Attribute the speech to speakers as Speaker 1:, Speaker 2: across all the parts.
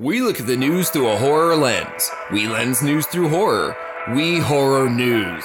Speaker 1: We look at the news through a horror lens. We lens news through horror. We horror news.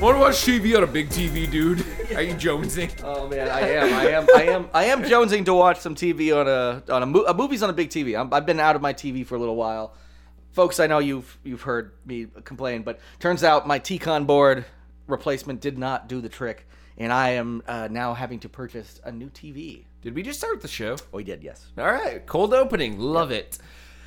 Speaker 2: Want to watch TV on a big TV, dude? Are you jonesing?
Speaker 3: Oh man, I am, I am, I am, I am jonesing to watch some TV on a on a, mo- a movie's on a big TV. I'm, I've been out of my TV for a little while, folks. I know you've you've heard me complain, but turns out my Tcon board replacement did not do the trick, and I am uh, now having to purchase a new TV.
Speaker 2: Did we just start the show?
Speaker 3: Oh, he did, yes.
Speaker 2: All right, cold opening. Love it.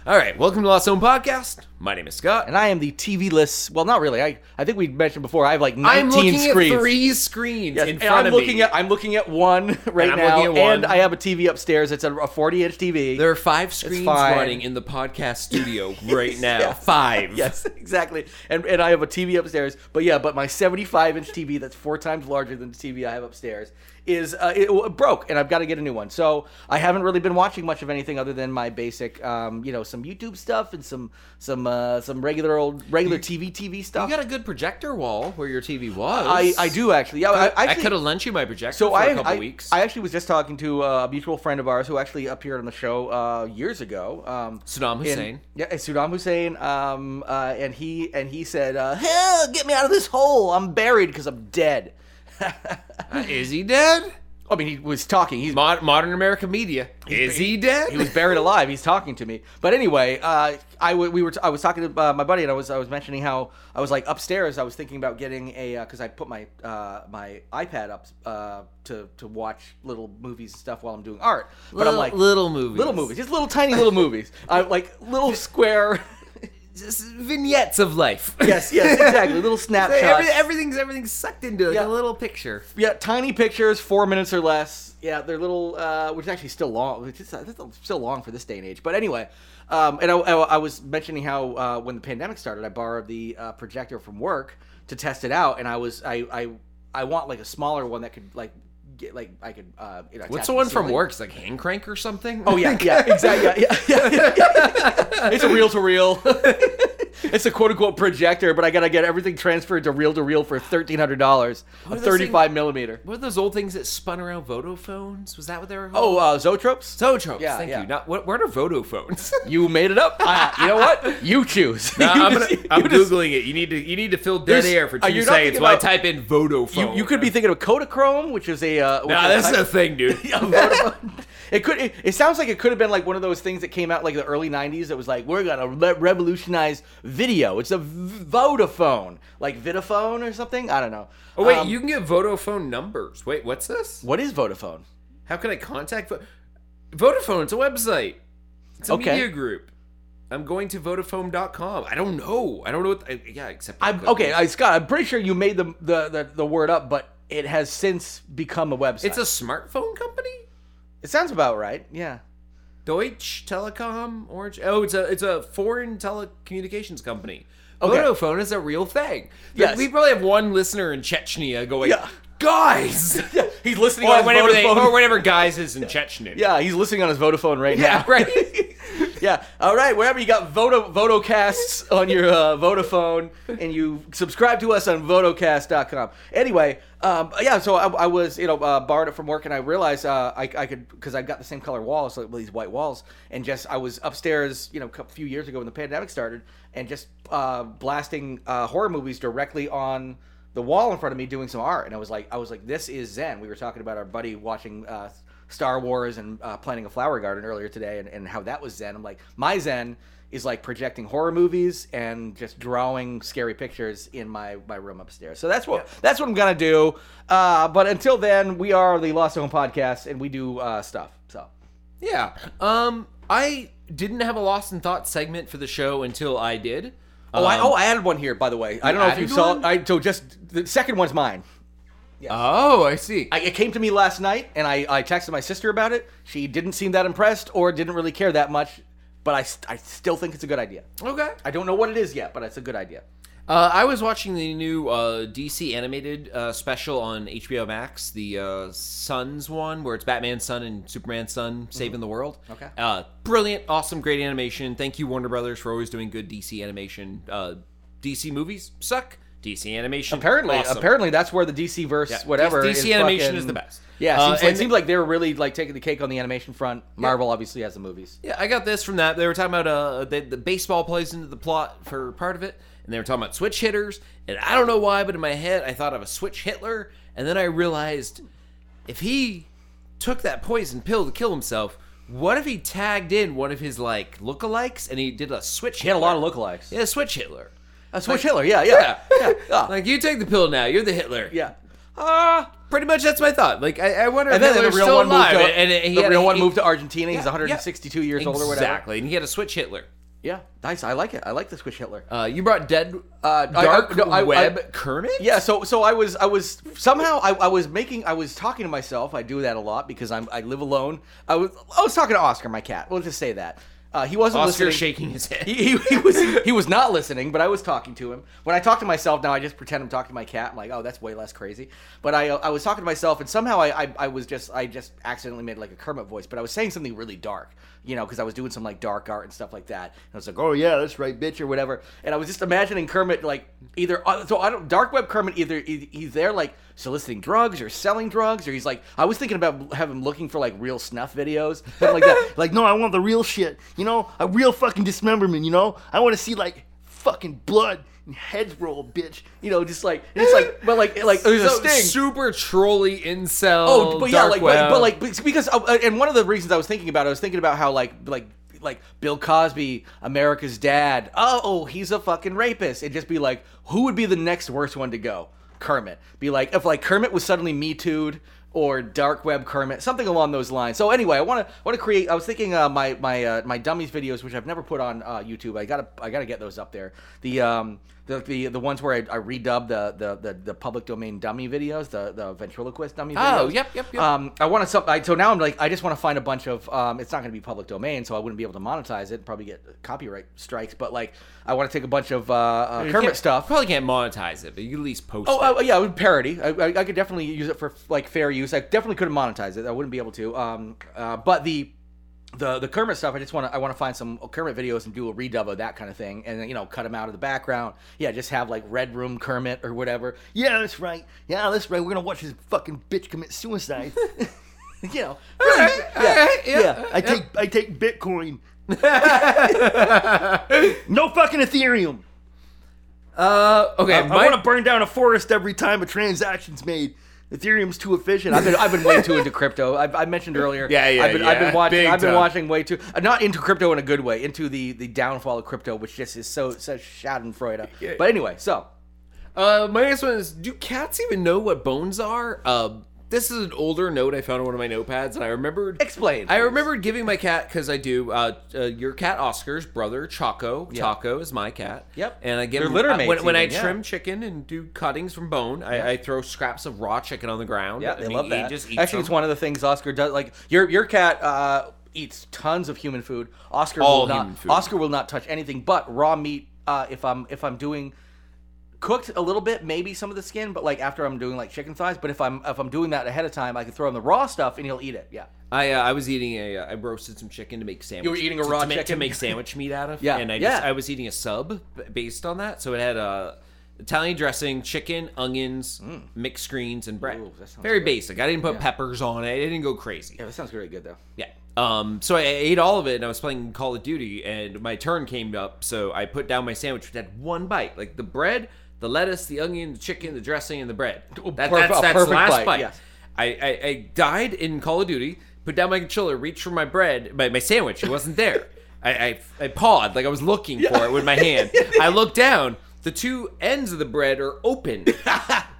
Speaker 2: All right, welcome to Lost Zone Podcast. My name is Scott.
Speaker 3: And I am the TV-less. Well, not really. I I think we mentioned before. I have like 19
Speaker 2: I'm looking
Speaker 3: screens.
Speaker 2: at three screens
Speaker 3: Yes,
Speaker 2: in
Speaker 3: and
Speaker 2: front
Speaker 3: I'm
Speaker 2: of
Speaker 3: looking
Speaker 2: me.
Speaker 3: at I'm looking at one right
Speaker 2: I'm
Speaker 3: now,
Speaker 2: looking at one.
Speaker 3: and I have a TV upstairs. It's a, a 40-inch TV.
Speaker 2: there are five screens
Speaker 3: fine.
Speaker 2: running in the podcast studio right now.
Speaker 3: yes.
Speaker 2: Five.
Speaker 3: Yes, exactly. And and I have a TV upstairs. But yeah, but my 75 inch TV that's four times larger than the TV I have upstairs is uh, it, it broke, and I've got to get a new one. So I haven't really been watching much of anything other than my basic, um, you know, some YouTube stuff and some some uh, some regular old regular TV TV
Speaker 2: You
Speaker 3: stuff.
Speaker 2: got a good projector wall where your TV was.
Speaker 3: I, I do actually. Yeah, I, I
Speaker 2: I
Speaker 3: actually-
Speaker 2: could have lent you my projector
Speaker 3: so
Speaker 2: for
Speaker 3: I,
Speaker 2: a couple
Speaker 3: I,
Speaker 2: weeks.
Speaker 3: I actually was just talking to uh, a mutual friend of ours who actually appeared on the show uh, years ago. Um,
Speaker 2: Saddam
Speaker 3: and-
Speaker 2: Hussein.
Speaker 3: yeah, and Saddam Hussein. Um, uh, and he and he said, uh, "Hell, get me out of this hole! I'm buried because I'm dead."
Speaker 2: Uh, is he dead?
Speaker 3: I mean, he was talking. He's
Speaker 2: Mod- modern American media. Is he dead?
Speaker 3: he was buried alive. He's talking to me. But anyway, uh, I w- we were t- I was talking to uh, my buddy and I was I was mentioning how I was like upstairs. I was thinking about getting a because I put my uh, my iPad up uh, to to watch little movies and stuff while I'm doing art. But
Speaker 2: little,
Speaker 3: I'm like
Speaker 2: little movies.
Speaker 3: little movies, just little tiny little movies. I like little square.
Speaker 2: Just vignettes of life.
Speaker 3: yes, yes, exactly. Little
Speaker 2: Every-
Speaker 3: snapshots.
Speaker 2: everything's everything's sucked into like
Speaker 3: Yeah.
Speaker 2: a little picture.
Speaker 3: yeah, tiny pictures, four minutes or less. Yeah, they're little, uh, which is actually still long. Which is that's still long for this day and age. But anyway, um, and I, I, I was mentioning how uh, when the pandemic started, I borrowed the uh, projector from work to test it out, and I was I I, I want like a smaller one that could like get like I could. Uh, you know, attach
Speaker 2: What's
Speaker 3: to
Speaker 2: the one from
Speaker 3: ceiling.
Speaker 2: work? It's like hand crank or something.
Speaker 3: Oh yeah, yeah, exactly. Yeah, yeah, yeah, yeah. It's a reel to reel. It's a quote unquote projector, but I gotta get everything transferred to reel to reel for thirteen hundred dollars, a
Speaker 2: are those things-
Speaker 3: thirty five millimeter.
Speaker 2: What are those old things that spun around Vodophones? Was that what they were?
Speaker 3: Oh,
Speaker 2: Called?
Speaker 3: uh, Zotropes?
Speaker 2: Zotropes.
Speaker 3: yeah,
Speaker 2: thank
Speaker 3: yeah.
Speaker 2: you. Not what? What are Vodophones?
Speaker 3: you made it up. Ah, you know what? You choose.
Speaker 2: I'm,
Speaker 3: You
Speaker 2: gonna,
Speaker 3: just-
Speaker 2: I'm
Speaker 3: you just-
Speaker 2: googling it. You uh, need to you need to fill dead
Speaker 3: There's-
Speaker 2: air for
Speaker 3: are
Speaker 2: two
Speaker 3: you not
Speaker 2: seconds
Speaker 3: thinking
Speaker 2: while I
Speaker 3: about-
Speaker 2: type in
Speaker 3: You,
Speaker 2: Vodafone.
Speaker 3: you could be thinking of Kodachrome, which is a. Uh,
Speaker 2: Nah,
Speaker 3: which is
Speaker 2: that's
Speaker 3: a
Speaker 2: the thing, dude.
Speaker 3: Vodafone. It could. It, it sounds like it could have been like one of those things that came out like the early '90s. That was like we're gonna re- revolutionize video. It's a v- Vodafone, like Vitaphone or something. I don't know.
Speaker 2: Oh wait,
Speaker 3: Um,
Speaker 2: you can get Vodafone numbers. Wait, what's this?
Speaker 3: What is Vodafone?
Speaker 2: How can I contact Vo- Vodafone? It's a website. It's a
Speaker 3: Okay.
Speaker 2: media group. I'm going to Vodafone.com. I don't know. I don't know what. I, yeah, except
Speaker 3: I'm okay, I, Scott. I'm pretty sure you made the, the the the word up, but it has since become a website.
Speaker 2: It's a smartphone company.
Speaker 3: it sounds about right. Yeah.
Speaker 2: Deutsche Telekom, Orange. Oh, it's a it's a foreign telecommunications company.
Speaker 3: Okay.
Speaker 2: Vodafone is a real thing.
Speaker 3: Yes.
Speaker 2: we probably have one listener in Chechnya going,
Speaker 3: Yeah.
Speaker 2: guys,
Speaker 3: He's listening
Speaker 2: or whatever they, or whatever guys is in Chechnya.
Speaker 3: Yeah, he's listening on his Vodafone right
Speaker 2: yeah,
Speaker 3: now.
Speaker 2: right.
Speaker 3: Yeah. All right. Wherever you got Vodo Vodocasts on your uh, Vodafone, and you subscribe to us on Vodocast.com. Anyway, um, yeah. So I, I was, you know, uh, borrowed it from work, and I realized uh, I, I could because I've got the same color walls, like well, these white walls, and just I was upstairs, you know, a few years ago when the pandemic started, and just uh, blasting uh, horror movies directly on the wall in front of me doing some art and i was like i was like this is zen we were talking about our buddy watching uh Star Wars and uh, planting a flower garden earlier today and, and how that was Zen. I'm like, my Zen is like projecting horror movies and just drawing scary pictures in my, my room upstairs. So that's what that's what I'm gonna do. Uh, but until then, we are the Lost Home Podcast and we do uh, stuff. So
Speaker 2: Yeah. Um, I didn't have a lost in thought segment for the show until I did. Uh,
Speaker 3: oh, I, oh, I added one here by the way. I don't know if you
Speaker 2: Um, added
Speaker 3: saw.
Speaker 2: one?
Speaker 3: I so just the second one's mine.
Speaker 1: Oh, I see.
Speaker 3: I, it came to me last night, and I, I texted my sister about it. She didn't seem that impressed or didn't really care that much, but I, st- I still think it's a good idea.
Speaker 2: Okay.
Speaker 3: I don't know what it is yet, but it's a good idea.
Speaker 2: Uh, I was watching the new uh, DC animated uh, special on HBO Max, the uh, Sons one, where it's Batman's son and Superman's son saving the world.
Speaker 3: Okay.
Speaker 2: Uh, brilliant, awesome, great animation. Thank you, Warner Brothers, for always doing good DC animation. Uh, DC movies suck. DC animation
Speaker 3: Apparently,
Speaker 2: awesome.
Speaker 3: apparently that's where the DC verse,
Speaker 2: Yeah.
Speaker 3: whatever.
Speaker 2: DC animation is the best. Uh,
Speaker 3: Yeah, it seems, like,
Speaker 2: and-
Speaker 3: it seems like they're really like taking the cake on the animation front. Marvel obviously has the movies.
Speaker 2: Yeah, I got this from that. They were talking about uh, the, the baseball plays into the plot for part of it, and they were talking about switch hitters. And I don't know why, but in my head, I thought of a switch Hitler, and then I realized if he took that poison pill to kill himself, what if he tagged in one of his like lookalikes and he did a switch?
Speaker 3: He had a lot of lookalikes.
Speaker 2: yeah, switch Hitler.
Speaker 3: Uh, Switch Hitler, yeah, yeah, yeah. yeah.
Speaker 2: Like you take the pill now, you're the Hitler.
Speaker 3: Ah. yeah. Ah.
Speaker 2: pretty much that's my thought. Like I, I wonder
Speaker 3: and
Speaker 2: if
Speaker 3: then the
Speaker 2: Hitler's
Speaker 3: real
Speaker 2: still
Speaker 3: one moved
Speaker 2: alive.
Speaker 3: to,
Speaker 2: and, and he
Speaker 3: the
Speaker 2: had-
Speaker 3: real one
Speaker 2: he-
Speaker 3: moved to Argentina. He's
Speaker 2: Yeah, yeah.
Speaker 3: 162 years old or whatever.
Speaker 2: Exactly, and he had a switch Hitler.
Speaker 3: Yeah, nice. I like it. I like the Switch Hitler.
Speaker 2: Uh, you brought dead
Speaker 3: Uh,
Speaker 2: uh,
Speaker 3: I-
Speaker 2: dark
Speaker 3: I- no, I-
Speaker 2: web
Speaker 3: I-
Speaker 2: Kermit.
Speaker 3: Yeah, so so I was I was somehow I, I was making I was talking to myself. I do that a lot because I'm I live alone. I was I was talking to Oscar, my cat. We'll just say that. Uh, he wasn't
Speaker 2: Oscar
Speaker 3: listening.
Speaker 2: shaking his head.
Speaker 3: He, he, he was he was not listening, but I was talking to him. When I talk to myself now, I just pretend I'm talking to my cat. I'm like, oh, that's way less crazy. But I I was talking to myself, and somehow I I, I was just I just accidentally made like a Kermit voice, but I was saying something really dark, you know, because I was doing some like dark art and stuff like that. And I was like, oh yeah, that's right, bitch, or whatever. And I was just imagining Kermit like either uh, so I don't dark web Kermit either he- he's there like soliciting drugs or selling drugs or he's like I was thinking about having him looking for like real snuff videos something like that.
Speaker 4: Like, no, I want the real shit. You know, a real fucking dismemberment. You know, I want to see like fucking blood and heads roll, bitch.
Speaker 3: you know, just like it's like, but like, like there's
Speaker 2: So
Speaker 3: a sting.
Speaker 2: super trolley incel.
Speaker 3: oh, but yeah,
Speaker 2: dark
Speaker 3: like,
Speaker 2: web.
Speaker 3: but, but like, because- because uh, and one of the reasons I was thinking about, it, I was thinking about how like, like, like Bill Cosby, America's dad. Oh, oh, he's a fucking rapist. And just be like, who would be the next worst one to go? Kermit. Be like, if like Kermit was suddenly Me Too'd or dark web Kermit, something along those lines. So anyway, I want to want to create. I was thinking uh, my my uh, my dummies videos, which I've never put on uh, YouTube. I gotta I gotta get those up there. The um the the, the ones where I, I redub the, the the the public domain dummy videos, the the ventriloquist dummy.
Speaker 2: Oh,
Speaker 3: videos.
Speaker 2: yep, yep, yep.
Speaker 3: Um, I want to sub. I, so now I'm like, I just want to find a bunch of. Um, it's not going to be public domain, so I wouldn't be able to monetize it. Probably get copyright strikes, but like, I want to take a bunch of uh, uh,
Speaker 2: You
Speaker 3: Kermit
Speaker 2: can't-
Speaker 3: stuff.
Speaker 2: Probably can't monetize it, but you can at least post.
Speaker 3: Oh,
Speaker 2: it.
Speaker 3: uh, yeah, it would parody. I, I, I could definitely use it for like fair use. I definitely couldn't monetize it. I wouldn't be able to. Um, uh, but the the the Kermit stuff, I just want to I want to find some Kermit videos and do a redub of that kind of thing, and then you know cut them out of the background. Yeah, just have like Red Room Kermit or whatever.
Speaker 4: Yeah, that's right. Yeah, that's right. We're gonna watch this fucking bitch commit suicide.
Speaker 3: you know,
Speaker 2: right, all right, yeah, all
Speaker 4: I take I take Bitcoin. no fucking Ethereum.
Speaker 2: Uh, okay,
Speaker 4: I,
Speaker 2: my,
Speaker 4: want to burn down a forest every time a transaction's made. Ethereum's too efficient.
Speaker 3: I've been I've been way too into crypto. I've, I mentioned earlier.
Speaker 1: Yeah, yeah,
Speaker 3: I've been, I've
Speaker 1: yeah.
Speaker 3: been watching.
Speaker 1: Big
Speaker 3: I've been
Speaker 1: time.
Speaker 3: watching way too. uh, Not into crypto in a good way. Into the the downfall of crypto, which just is so such Schadenfreude. But anyway, so
Speaker 2: Uh, my next one is: Do cats even know what bones are? Uh, this is an older note I found on one of my notepads, and I remembered.
Speaker 3: Explain,
Speaker 2: I
Speaker 3: please.
Speaker 2: remembered giving my cat because I do. Uh, uh, your cat Oscar's brother Choco. Taco is my cat.
Speaker 3: Yep.
Speaker 2: And I give
Speaker 3: They're
Speaker 2: him
Speaker 3: litter
Speaker 2: I- when,
Speaker 3: mates
Speaker 2: when I
Speaker 3: even, yeah.
Speaker 2: trim chicken and do cuttings from bone. I, I throw scraps of raw chicken on the ground.
Speaker 3: yeah,
Speaker 2: and
Speaker 3: they
Speaker 2: he-
Speaker 3: love
Speaker 2: he
Speaker 3: that.
Speaker 2: just eats
Speaker 3: Actually,
Speaker 2: them.
Speaker 3: it's one of the things Oscar does. Like your your cat uh, eats tons of human food. Oscar
Speaker 2: All
Speaker 3: will not.
Speaker 2: human food.
Speaker 3: Oscar will not touch anything but raw meat. Uh, if I'm if I'm doing cooked a little bit, maybe some of the skin, but like after I'm doing like chicken thighs. But if I'm if I'm doing that ahead of time, I can throw him the raw stuff and he'll eat it. Yeah.
Speaker 2: I uh, I was eating a uh, I roasted some chicken to make sandwich.
Speaker 3: were eating a
Speaker 2: to-
Speaker 3: raw
Speaker 2: to, make- to
Speaker 3: chicken?
Speaker 2: make sandwich meat out of.
Speaker 3: Yeah,
Speaker 2: and I just
Speaker 3: yeah.
Speaker 2: I was eating a sub b- based on that, so it had uh, Italian dressing, chicken, onions, mixed greens, and bread.
Speaker 3: Mm. Ooh, that sounds
Speaker 2: Very basic. I didn't put peppers on it. I didn't go crazy.
Speaker 3: Yeah, that sounds really good though.
Speaker 2: Yeah. Um, so I ate all of it, and I was playing Call of Duty, and my turn came up, so I put down my sandwich, which had one bite, like the bread, the lettuce, the onion, the chicken, the dressing, and the bread. That,
Speaker 3: perf-
Speaker 2: that's
Speaker 3: a
Speaker 2: that's
Speaker 3: perfect
Speaker 2: last
Speaker 3: bite,
Speaker 2: bite.
Speaker 3: yes.
Speaker 2: I, I, I died in Call of Duty, put down my controller, reached for my bread, my, my sandwich. It wasn't there. I, I, I pawed like I was looking for it with my hand. I looked down. The two ends of the bread are open.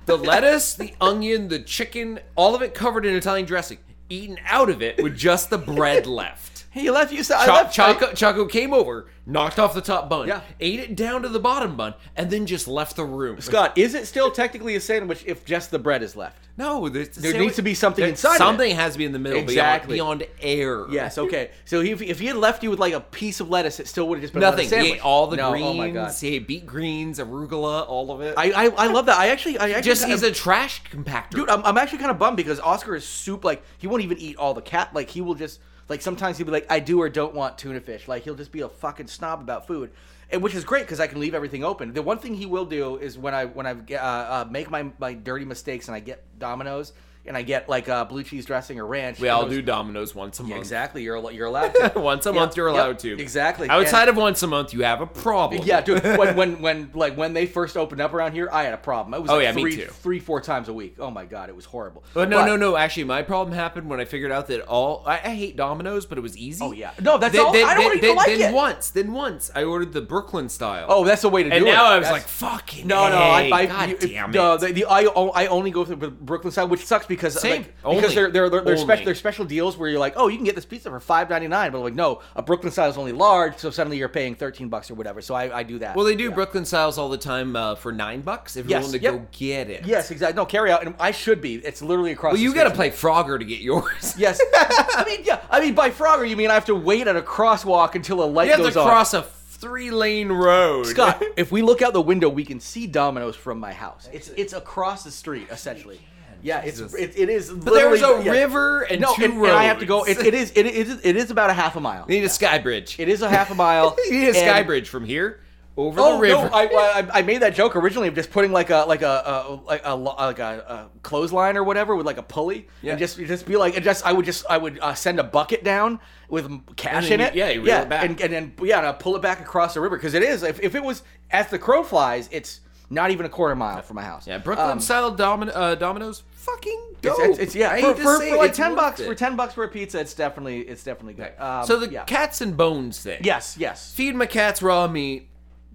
Speaker 2: The lettuce, the onion, the chicken, all of it covered in Italian dressing, eaten out of it with just the bread left.
Speaker 3: He left you. So I
Speaker 2: Cho-
Speaker 3: left.
Speaker 2: Choco, Choco came over, knocked off the top bun,
Speaker 3: Yeah.
Speaker 2: ate it down to the bottom bun, and then just left the room.
Speaker 3: Scott, is it still technically a sandwich if just the bread is left?
Speaker 2: No, there's,
Speaker 3: There needs to be something inside of it.
Speaker 2: Something has to be in the middle, beyond-
Speaker 3: Exactly.
Speaker 2: beyond, air.
Speaker 3: Yes. Okay. So he, if he had left you with like a piece of lettuce, it still would have just been
Speaker 2: nothing.
Speaker 3: A
Speaker 2: He
Speaker 3: sandwich.
Speaker 2: ate all the
Speaker 3: no,
Speaker 2: greens.
Speaker 3: Oh my god.
Speaker 2: He ate beet greens, arugula, all of it.
Speaker 3: I, I, I love that. I actually I actually
Speaker 2: just
Speaker 3: kinda-
Speaker 2: he's a trash compactor.
Speaker 3: dude. I'm, I'm actually kind of bummed because Oscar is soup. Like he won't even eat all the cat. Like he will just like sometimes he'll be like I do or don't want tuna fish. Like he'll just be a fucking snob about food, and which is great because I can leave everything open. The one thing he will do is when I when I uh, uh, make my my dirty mistakes and I get Domino's and I get like uh, blue cheese dressing or ranch.
Speaker 2: we all
Speaker 3: those-
Speaker 2: do Domino's once a month.
Speaker 3: Exactly. You're al- you're allowed to.
Speaker 2: Once a
Speaker 3: Yeah,
Speaker 2: month, you're
Speaker 3: yeah,
Speaker 2: allowed to.
Speaker 3: Exactly.
Speaker 2: Outside of
Speaker 3: And-
Speaker 2: once a month, you have a problem.
Speaker 3: yeah, dude. When, when when like when they first opened up around here, I had a problem. It was
Speaker 2: Oh,
Speaker 3: like
Speaker 2: yeah, me
Speaker 3: three,
Speaker 2: too.
Speaker 3: three, four times a week. Oh my god, it was horrible.
Speaker 2: But no, no, no. Actually, my problem happened when I figured out that all I, I hate Domino's, but it was easy.
Speaker 3: Oh, yeah. No, that's all- I don't
Speaker 2: then,
Speaker 3: even like
Speaker 2: then
Speaker 3: it.
Speaker 2: once, then once, I ordered the Brooklyn style.
Speaker 3: Oh, that's the way to do
Speaker 2: and
Speaker 3: it.
Speaker 2: now I was
Speaker 3: That's-
Speaker 2: like, fucking
Speaker 3: No, no,
Speaker 2: hey,
Speaker 3: I, I
Speaker 2: God
Speaker 3: you-
Speaker 2: damn it.
Speaker 3: No, the, the I, o- I only go through the Brooklyn side, which sucks because
Speaker 2: Same.
Speaker 3: like,
Speaker 2: Only.
Speaker 3: because they're they're they're, they're,
Speaker 2: Only.
Speaker 3: special, they're special deals where you're like, oh, you can get this pizza for five ninety nine, but like, no, a Brooklyn style is only large, so suddenly you're paying thirteen bucks or whatever. So I, I do that.
Speaker 2: well, they do Brooklyn styles all the time uh, for nine bucks if you're
Speaker 3: Yes,
Speaker 2: willing to
Speaker 3: yep.
Speaker 2: go get it.
Speaker 3: yes, exactly. No, carry out, and I should be. It's literally across.
Speaker 2: Well,
Speaker 3: the
Speaker 2: you
Speaker 3: street
Speaker 2: got to
Speaker 3: from
Speaker 2: play Frogger to get yours.
Speaker 3: Yes. I mean, yeah. I mean, by Frogger, you mean I have to wait at a crosswalk until a light
Speaker 2: You have to
Speaker 3: goes on.
Speaker 2: cross a three lane road.
Speaker 3: Scott, if we look out the window, we can see Domino's from my house. It's it's across the street, essentially. Yeah, it's
Speaker 2: Jesus.
Speaker 3: it, it is.
Speaker 2: But there's
Speaker 3: literally-
Speaker 2: a
Speaker 3: yeah.
Speaker 2: river and
Speaker 3: No,
Speaker 2: two
Speaker 3: and, and I have to go.
Speaker 2: roads.
Speaker 3: It, it is it is it is about a half a mile.
Speaker 2: You need a sky bridge.
Speaker 3: It is a half a mile.
Speaker 2: you need a sky
Speaker 3: and-
Speaker 2: bridge from here over
Speaker 3: Oh
Speaker 2: the river.
Speaker 3: no! I, I I made that joke originally of just putting like a like a, a like a lo- like a, a clothesline or whatever with like a pulley,
Speaker 2: Yeah.
Speaker 3: and just you just be like, and just I would just I would uh, send a bucket down with m-
Speaker 2: And
Speaker 3: cash
Speaker 2: then
Speaker 3: in
Speaker 2: you-
Speaker 3: it,
Speaker 2: yeah, you reel
Speaker 3: yeah,
Speaker 2: it back.
Speaker 3: and and then yeah, and I pull it back across the river because it is if, if it was as the crow flies, it's not even a quarter mile from my house.
Speaker 2: yeah, Brooklyn
Speaker 3: Um,
Speaker 2: style domino, uh, dominoes, fucking dope.
Speaker 3: It's, it's, it's- yeah,
Speaker 2: I
Speaker 3: for,
Speaker 2: hate to
Speaker 3: for,
Speaker 2: say
Speaker 3: for
Speaker 2: it,
Speaker 3: like
Speaker 2: it's
Speaker 3: ten
Speaker 2: worth
Speaker 3: bucks
Speaker 2: it.
Speaker 3: for ten bucks for a pizza, it's definitely it's definitely good. Um,
Speaker 2: so the
Speaker 3: yeah.
Speaker 2: cats and bones thing.
Speaker 3: yes, yes,
Speaker 2: feed my cats raw meat.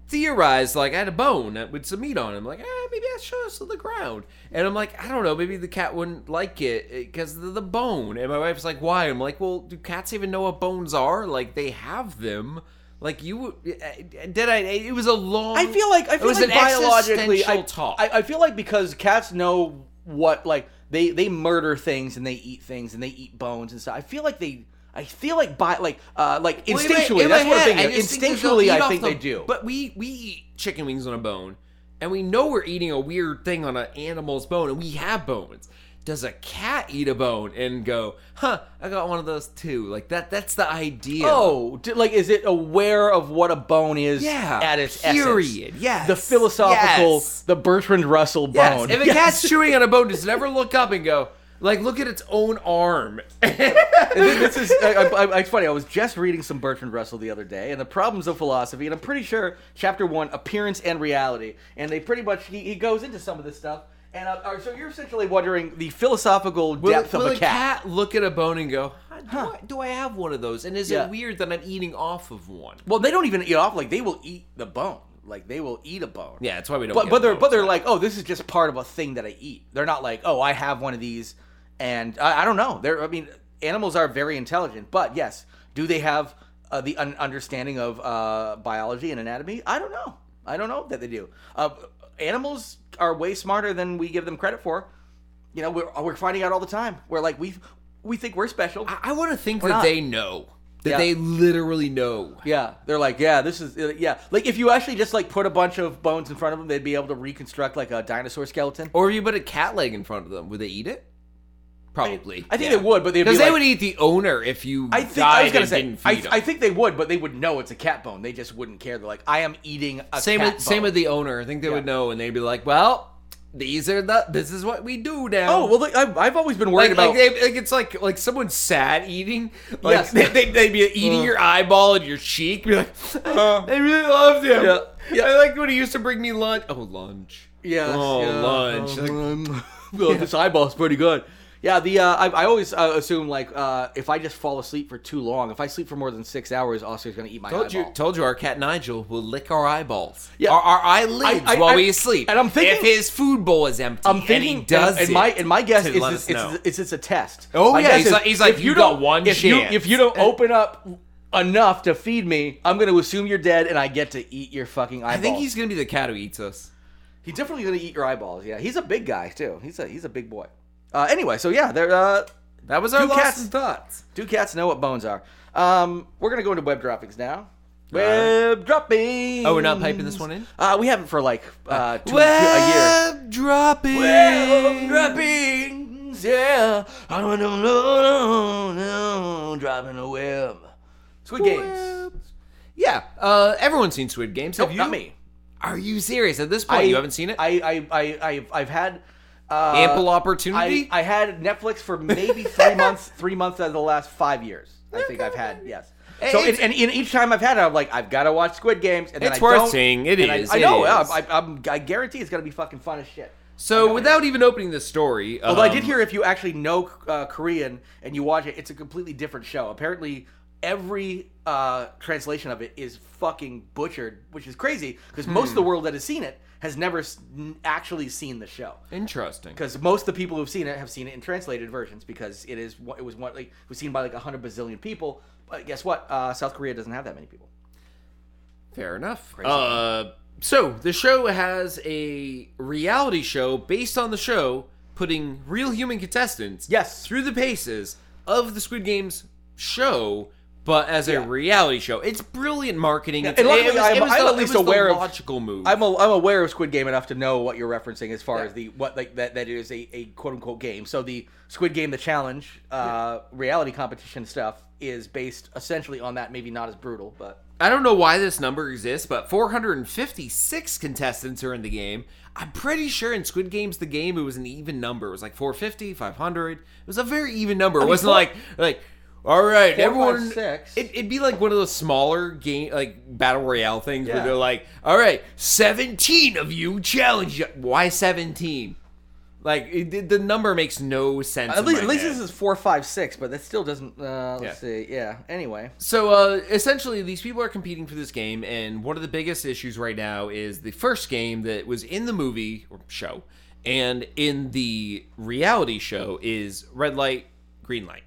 Speaker 2: Theorized like I had a bone that- with some meat on it. I'm like, ah, maybe I should us to the ground. And I'm like, I don't know, maybe the cat wouldn't like it because of the bone. And my wife's like, why? I'm like, well, do cats even know what bones are? Like they have them. Like you eh, did. I. It was a long.
Speaker 3: I feel like I
Speaker 2: Um, it
Speaker 3: feel
Speaker 2: was
Speaker 3: like
Speaker 2: an
Speaker 3: biologically, I,
Speaker 2: existential talk.
Speaker 3: I, I feel like because cats know what like they they murder things and they eat things and they eat bones and stuff. I feel like they. I feel like by like uh like
Speaker 2: Well, in
Speaker 3: instinctually.
Speaker 2: my- in
Speaker 3: that's
Speaker 2: my
Speaker 3: what I'm
Speaker 2: head,
Speaker 3: thinking.
Speaker 2: just think they'll
Speaker 3: instinctually,
Speaker 2: eat
Speaker 3: I
Speaker 2: off
Speaker 3: think
Speaker 2: the-
Speaker 3: they do.
Speaker 2: But we we eat chicken wings on a bone, and we know we're eating a weird thing on an animal's bone, and we have bones. Does a cat eat a bone and go, huh? I got one of those too. Like that. That's the idea.
Speaker 3: oh, d- like is it aware of what a bone is?
Speaker 2: Yeah,
Speaker 3: At its
Speaker 2: period,
Speaker 3: Essence?
Speaker 2: yes,
Speaker 3: The philosophical,
Speaker 2: yes.
Speaker 3: the Bertrand Russell
Speaker 2: Yes,
Speaker 3: bone.
Speaker 2: If a
Speaker 3: Yes.
Speaker 2: cat's chewing on a bone, does it ever look up and go? Like, look at its own arm.
Speaker 3: And then this is I, I, I, it's funny. I was just reading some Bertrand Russell the other day, and the problems of philosophy, and I'm pretty sure chapter one, appearance and reality, and they pretty much he, he goes into some of this stuff. And uh, uh, so you're essentially wondering the philosophical
Speaker 2: Will,
Speaker 3: depth
Speaker 2: will
Speaker 3: of a cat.
Speaker 2: look at a bone and go, "Huh, do, I, do I have one of those? And is
Speaker 3: Yeah.
Speaker 2: it weird that I'm eating off of one?
Speaker 3: Well, they don't even eat off. Like they will eat the bone. Like they will eat a bone.
Speaker 2: Yeah, that's why we don't.
Speaker 3: But
Speaker 2: get
Speaker 3: but they're
Speaker 2: bones.
Speaker 3: but they're like, oh, this is just part of a thing that I eat. They're not like, oh, I have one of these, and I, I don't know. They're I mean, animals are very intelligent, but yes, do they have uh, the un- understanding of uh, biology and anatomy? I don't know. I don't know that they do. Uh, animals are way smarter than we give them credit for. You know, we're we're finding out all the time. We're like we we think we're special.
Speaker 2: I want to think
Speaker 3: not.
Speaker 2: that they know. That
Speaker 3: Yeah.
Speaker 2: they literally know.
Speaker 3: Yeah, they're like, yeah, this is uh, yeah. Like if you actually just like put a bunch of bones in front of them, they'd be able to reconstruct like a dinosaur skeleton.
Speaker 2: Or if you put a cat leg in front of them, would they eat it? Probably.
Speaker 3: I think they would, but they'd be
Speaker 2: Because they
Speaker 3: like-
Speaker 2: would eat the owner if you
Speaker 3: I think
Speaker 2: died
Speaker 3: I was gonna
Speaker 2: and
Speaker 3: say
Speaker 2: didn't
Speaker 3: I,
Speaker 2: feed
Speaker 3: I
Speaker 2: them.
Speaker 3: think they would, but they would know it's a cat bone. They just wouldn't care. They're like, I am eating a
Speaker 2: same
Speaker 3: cat
Speaker 2: with same
Speaker 3: bone.
Speaker 2: with the owner. I think they would know, and they'd be like, "Well, these are the this is what we do now."
Speaker 3: Oh well, like, I've, I've always been worried
Speaker 2: Like, like,
Speaker 3: about.
Speaker 2: they, like it's like like someone's sad eating. Like
Speaker 3: Yes. Uh.
Speaker 2: they, they, they'd be eating your eyeball and your cheek. Be like, I really loved him.
Speaker 3: Yeah. Yeah.
Speaker 2: I like when he used to bring me lunch. Oh, lunch.
Speaker 3: Yes,
Speaker 2: Oh,
Speaker 3: yeah.
Speaker 2: lunch. Like,
Speaker 4: Um,
Speaker 3: "Oh, This eyeball's pretty good. Yeah, the uh, I, I always uh, assume like uh, if I just fall asleep for too long, if I sleep for more than six hours, Oscar's gonna eat my
Speaker 2: Told you,
Speaker 3: eyeball.
Speaker 2: told you, our cat Nigel will lick our eyeballs,
Speaker 3: Yeah.
Speaker 2: our, our eyelids
Speaker 3: I- I-
Speaker 2: while
Speaker 3: I-
Speaker 2: we sleep.
Speaker 3: and I'm thinking-
Speaker 2: if his food bowl is empty,
Speaker 3: I'm
Speaker 2: and
Speaker 3: thinking,
Speaker 2: he does
Speaker 3: and,
Speaker 2: it,
Speaker 3: my and my guess
Speaker 2: to
Speaker 3: is
Speaker 2: let
Speaker 3: it's,
Speaker 2: us
Speaker 3: it's,
Speaker 2: know.
Speaker 3: it's it's a test.
Speaker 2: Oh,
Speaker 3: My
Speaker 2: yeah,
Speaker 3: guess
Speaker 2: he's
Speaker 3: is
Speaker 2: like- he's like,
Speaker 3: if
Speaker 2: "You got
Speaker 3: don't-
Speaker 2: one
Speaker 3: if you
Speaker 2: chance."
Speaker 3: if you don't open up enough to feed me, I'm gonna assume you're dead, and I get to eat your fucking
Speaker 2: I
Speaker 3: eyeballs.
Speaker 2: think he's gonna be the cat who eats us.
Speaker 3: He's definitely gonna eat your eyeballs. Yeah, he's a big guy too. He's a he's a big boy. Uh, anyway, so yeah, there. Uh,
Speaker 2: That was our
Speaker 3: Two
Speaker 2: lost
Speaker 3: cats-
Speaker 2: in thoughts.
Speaker 3: do cats know what bones are? Um, we're gonna go into web droppings now. Web droppings.
Speaker 2: Oh, we're not piping this one in?
Speaker 3: Uh, we haven't for like uh, two, a year.
Speaker 2: Web dropping.
Speaker 3: Web droppings. Yeah, I don't know, no, no, dropping a web. Squid Games.
Speaker 2: Yeah, uh, everyone's seen Squid Games. Have
Speaker 3: Nope,
Speaker 2: you?
Speaker 3: Oh, not me.
Speaker 2: Are you serious? At this point,
Speaker 3: I-
Speaker 2: you haven't seen it.
Speaker 3: I I I I've, I've had. Uh,
Speaker 2: Ample
Speaker 3: I,
Speaker 2: opportunity.
Speaker 3: I had Netflix for maybe three months, three months out of the last five years. I think I've had yes. So
Speaker 2: it's-
Speaker 3: and, and, and each time I've had it, I'm like, I've got to watch Squid Games, and then
Speaker 2: It's
Speaker 3: I
Speaker 2: worth
Speaker 3: don't,
Speaker 2: seeing. It
Speaker 3: and I-
Speaker 2: is.
Speaker 3: I,
Speaker 2: It
Speaker 3: know. yeah,
Speaker 2: is.
Speaker 3: I, I'm, I guarantee it's gonna be fucking fun as shit.
Speaker 2: so, without even opening the story,
Speaker 3: Although I
Speaker 2: um,
Speaker 3: did hear if you actually know uh, Korean and you watch it, it's a completely different show. Apparently, every uh, translation of it is fucking butchered, which is crazy because most of
Speaker 2: Hmm.
Speaker 3: the world that has seen it has never s- n- actually seen the show
Speaker 2: Interesting.
Speaker 3: because most of the people who've seen it have seen it in translated versions because it is what it was one like it was seen by like hundred bazillion people. But guess what? Uh, South Korea doesn't have that many people.
Speaker 2: Fair enough. Uh, so the show has a reality show based on the show, putting real human contestants
Speaker 3: Yes.
Speaker 2: through the paces of the Squid Games show, but as a reality show. It's brilliant marketing. It's,
Speaker 3: and luckily
Speaker 2: it was,
Speaker 3: I'm-
Speaker 2: it was
Speaker 3: I'm
Speaker 2: the-
Speaker 3: at least
Speaker 2: it was the
Speaker 3: aware of-
Speaker 2: logical move.
Speaker 3: I'm, a, I'm aware of Squid Game enough to know what you're referencing as far as the what like that that it is a, a quote unquote game. So the Squid Game the challenge uh, reality competition stuff is based essentially on that. Maybe not as brutal, but
Speaker 2: I don't know why this number exists, but 456 contestants are in the game. I'm pretty sure in Squid Games the game it was an even number. It was like 450, 500. It was a very even number. it wasn't
Speaker 3: four-
Speaker 2: like like all right,
Speaker 3: Four,
Speaker 2: everyone
Speaker 3: five, six.
Speaker 2: It, it'd be like one of those smaller game like battle royale things
Speaker 3: Yeah.
Speaker 2: where they're like, "All right, 17 of you challenge you." Why 17? Like it, the- the number makes no sense.
Speaker 3: at
Speaker 2: in
Speaker 3: least
Speaker 2: my
Speaker 3: at least
Speaker 2: head.
Speaker 3: this is four five six, but that still doesn't. Uh, let's
Speaker 2: Yeah.
Speaker 3: see. Yeah. Anyway.
Speaker 2: So uh, essentially, these people are competing for this game, and one of the biggest issues right now is the first game that was in the movie or show and in the reality show is red light, green light.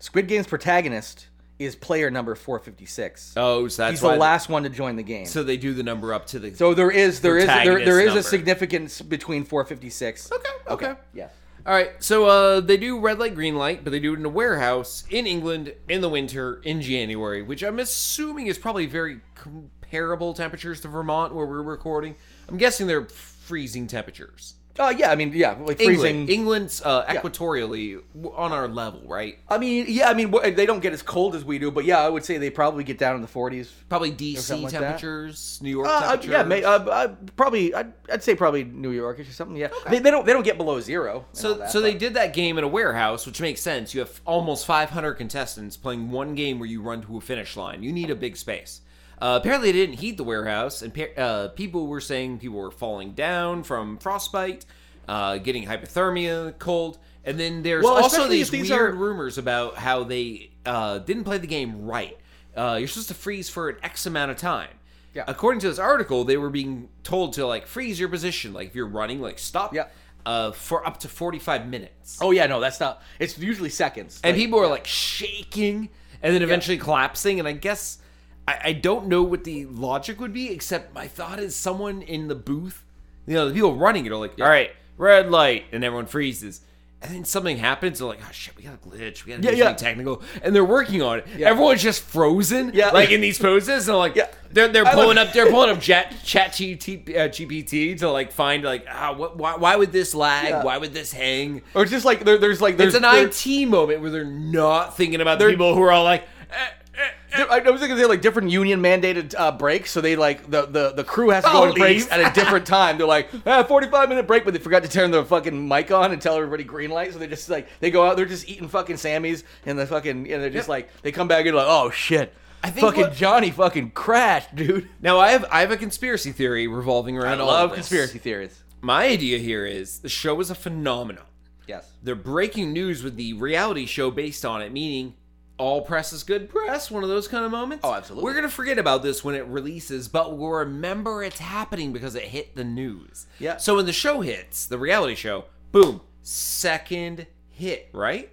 Speaker 3: Squid Game's protagonist is player number 456.
Speaker 2: Oh, so that's
Speaker 3: He's the
Speaker 2: why.
Speaker 3: last one to join the game. So,
Speaker 2: so they do the number up to the.
Speaker 3: there is there is there, there is
Speaker 2: Protagonist number.
Speaker 3: a significance between 456.
Speaker 2: okay, okay.
Speaker 3: Yeah.
Speaker 2: All right, so uh, they do red light, green light, but they do it in a warehouse in England in the winter in January, which I'm assuming is probably very comparable temperatures to Vermont where we're recording. I'm guessing they're freezing temperatures.
Speaker 3: Oh yeah, I mean yeah, like freezing.
Speaker 2: England. England's uh, equatorially w on our level, right?
Speaker 3: I mean yeah, I mean wh- they don't get as cold as we do, but yeah, I would say they probably get down in the 40s.
Speaker 2: Probably
Speaker 3: something
Speaker 2: DC
Speaker 3: like that.
Speaker 2: temperatures, New York
Speaker 3: Uh, I-
Speaker 2: temperators.
Speaker 3: yeah, may, uh, uh, probably I'd, I'd say probably New Yorkish or something. Yeah, they, they don't they don't get below zero. and all
Speaker 2: so,
Speaker 3: that,
Speaker 2: so they
Speaker 3: but-
Speaker 2: did that game in a warehouse, which makes sense. You have almost 500 contestants playing one game where you run to a finish line. You need a big space. Uh, apparently, they didn't heat the warehouse, and pa- uh, people were saying people were falling down from frostbite, uh, getting hypothermia, cold, and then there's
Speaker 3: Well,
Speaker 2: also
Speaker 3: especially
Speaker 2: these,
Speaker 3: if these
Speaker 2: weird
Speaker 3: are-
Speaker 2: rumors about how they uh, didn't play the game right. Uh, you're supposed to freeze for an X amount of time.
Speaker 3: Yeah.
Speaker 2: According to this article, they were being told to like freeze your position, like if you're running, like stop.
Speaker 3: Yeah.
Speaker 2: Uh, for up to 45 minutes.
Speaker 3: Oh yeah, no, that's not. It's usually seconds.
Speaker 2: and
Speaker 3: Like,
Speaker 2: people are like shaking and then eventually collapsing. And I guess I, I don't know what the logic would be, except my thought is someone in the booth, you know, the people running it are like, all right, red light. And everyone freezes. And then something happens. They're like, "Oh shit, we got a glitch. We got to do
Speaker 3: Yeah, yeah.
Speaker 2: something technical." And they're working on it. Everyone's just frozen,
Speaker 3: Yeah.
Speaker 2: like in these poses. And like,
Speaker 3: Yeah.
Speaker 2: they're they're
Speaker 3: I love-
Speaker 2: pulling up, they're pulling up Chat Chat GPT, uh, GPT to like find like, ah, what, why, why would this lag?
Speaker 3: Yeah.
Speaker 2: Why would this hang?
Speaker 3: or just like there, there's like there's
Speaker 2: it's an
Speaker 3: there-
Speaker 2: IT moment where they're not thinking about the people who are all like, eh, eh, eh.
Speaker 3: Di- I was thinking they have like different union mandated uh, breaks, so they like the, the, the crew has to go
Speaker 2: I'll
Speaker 3: on breaks
Speaker 2: Oh, leave.
Speaker 3: at a different time. They're like, ah, 45 minute break, but they forgot to turn the fucking mic on and tell everybody green light. So they just like they go out, they're just eating fucking Sammys, and the fucking and they're just like they come back and like, oh shit, I
Speaker 2: think
Speaker 3: think fucking
Speaker 2: what-
Speaker 3: Johnny fucking crashed, dude.
Speaker 2: Now I have I have a conspiracy theory revolving around
Speaker 3: I
Speaker 2: all of
Speaker 3: love
Speaker 2: this.
Speaker 3: conspiracy theories.
Speaker 2: My idea here is the show is a phenomenon.
Speaker 3: Yes.
Speaker 2: They're breaking news with the reality show based on it, meaning all press is good press, one of those kind of moments.
Speaker 3: Oh, absolutely.
Speaker 2: We're going to forget about this when it releases, but we'll remember it's happening because it hit the news.
Speaker 3: Yeah.
Speaker 2: So when the show hits, the reality show, boom, second hit, right?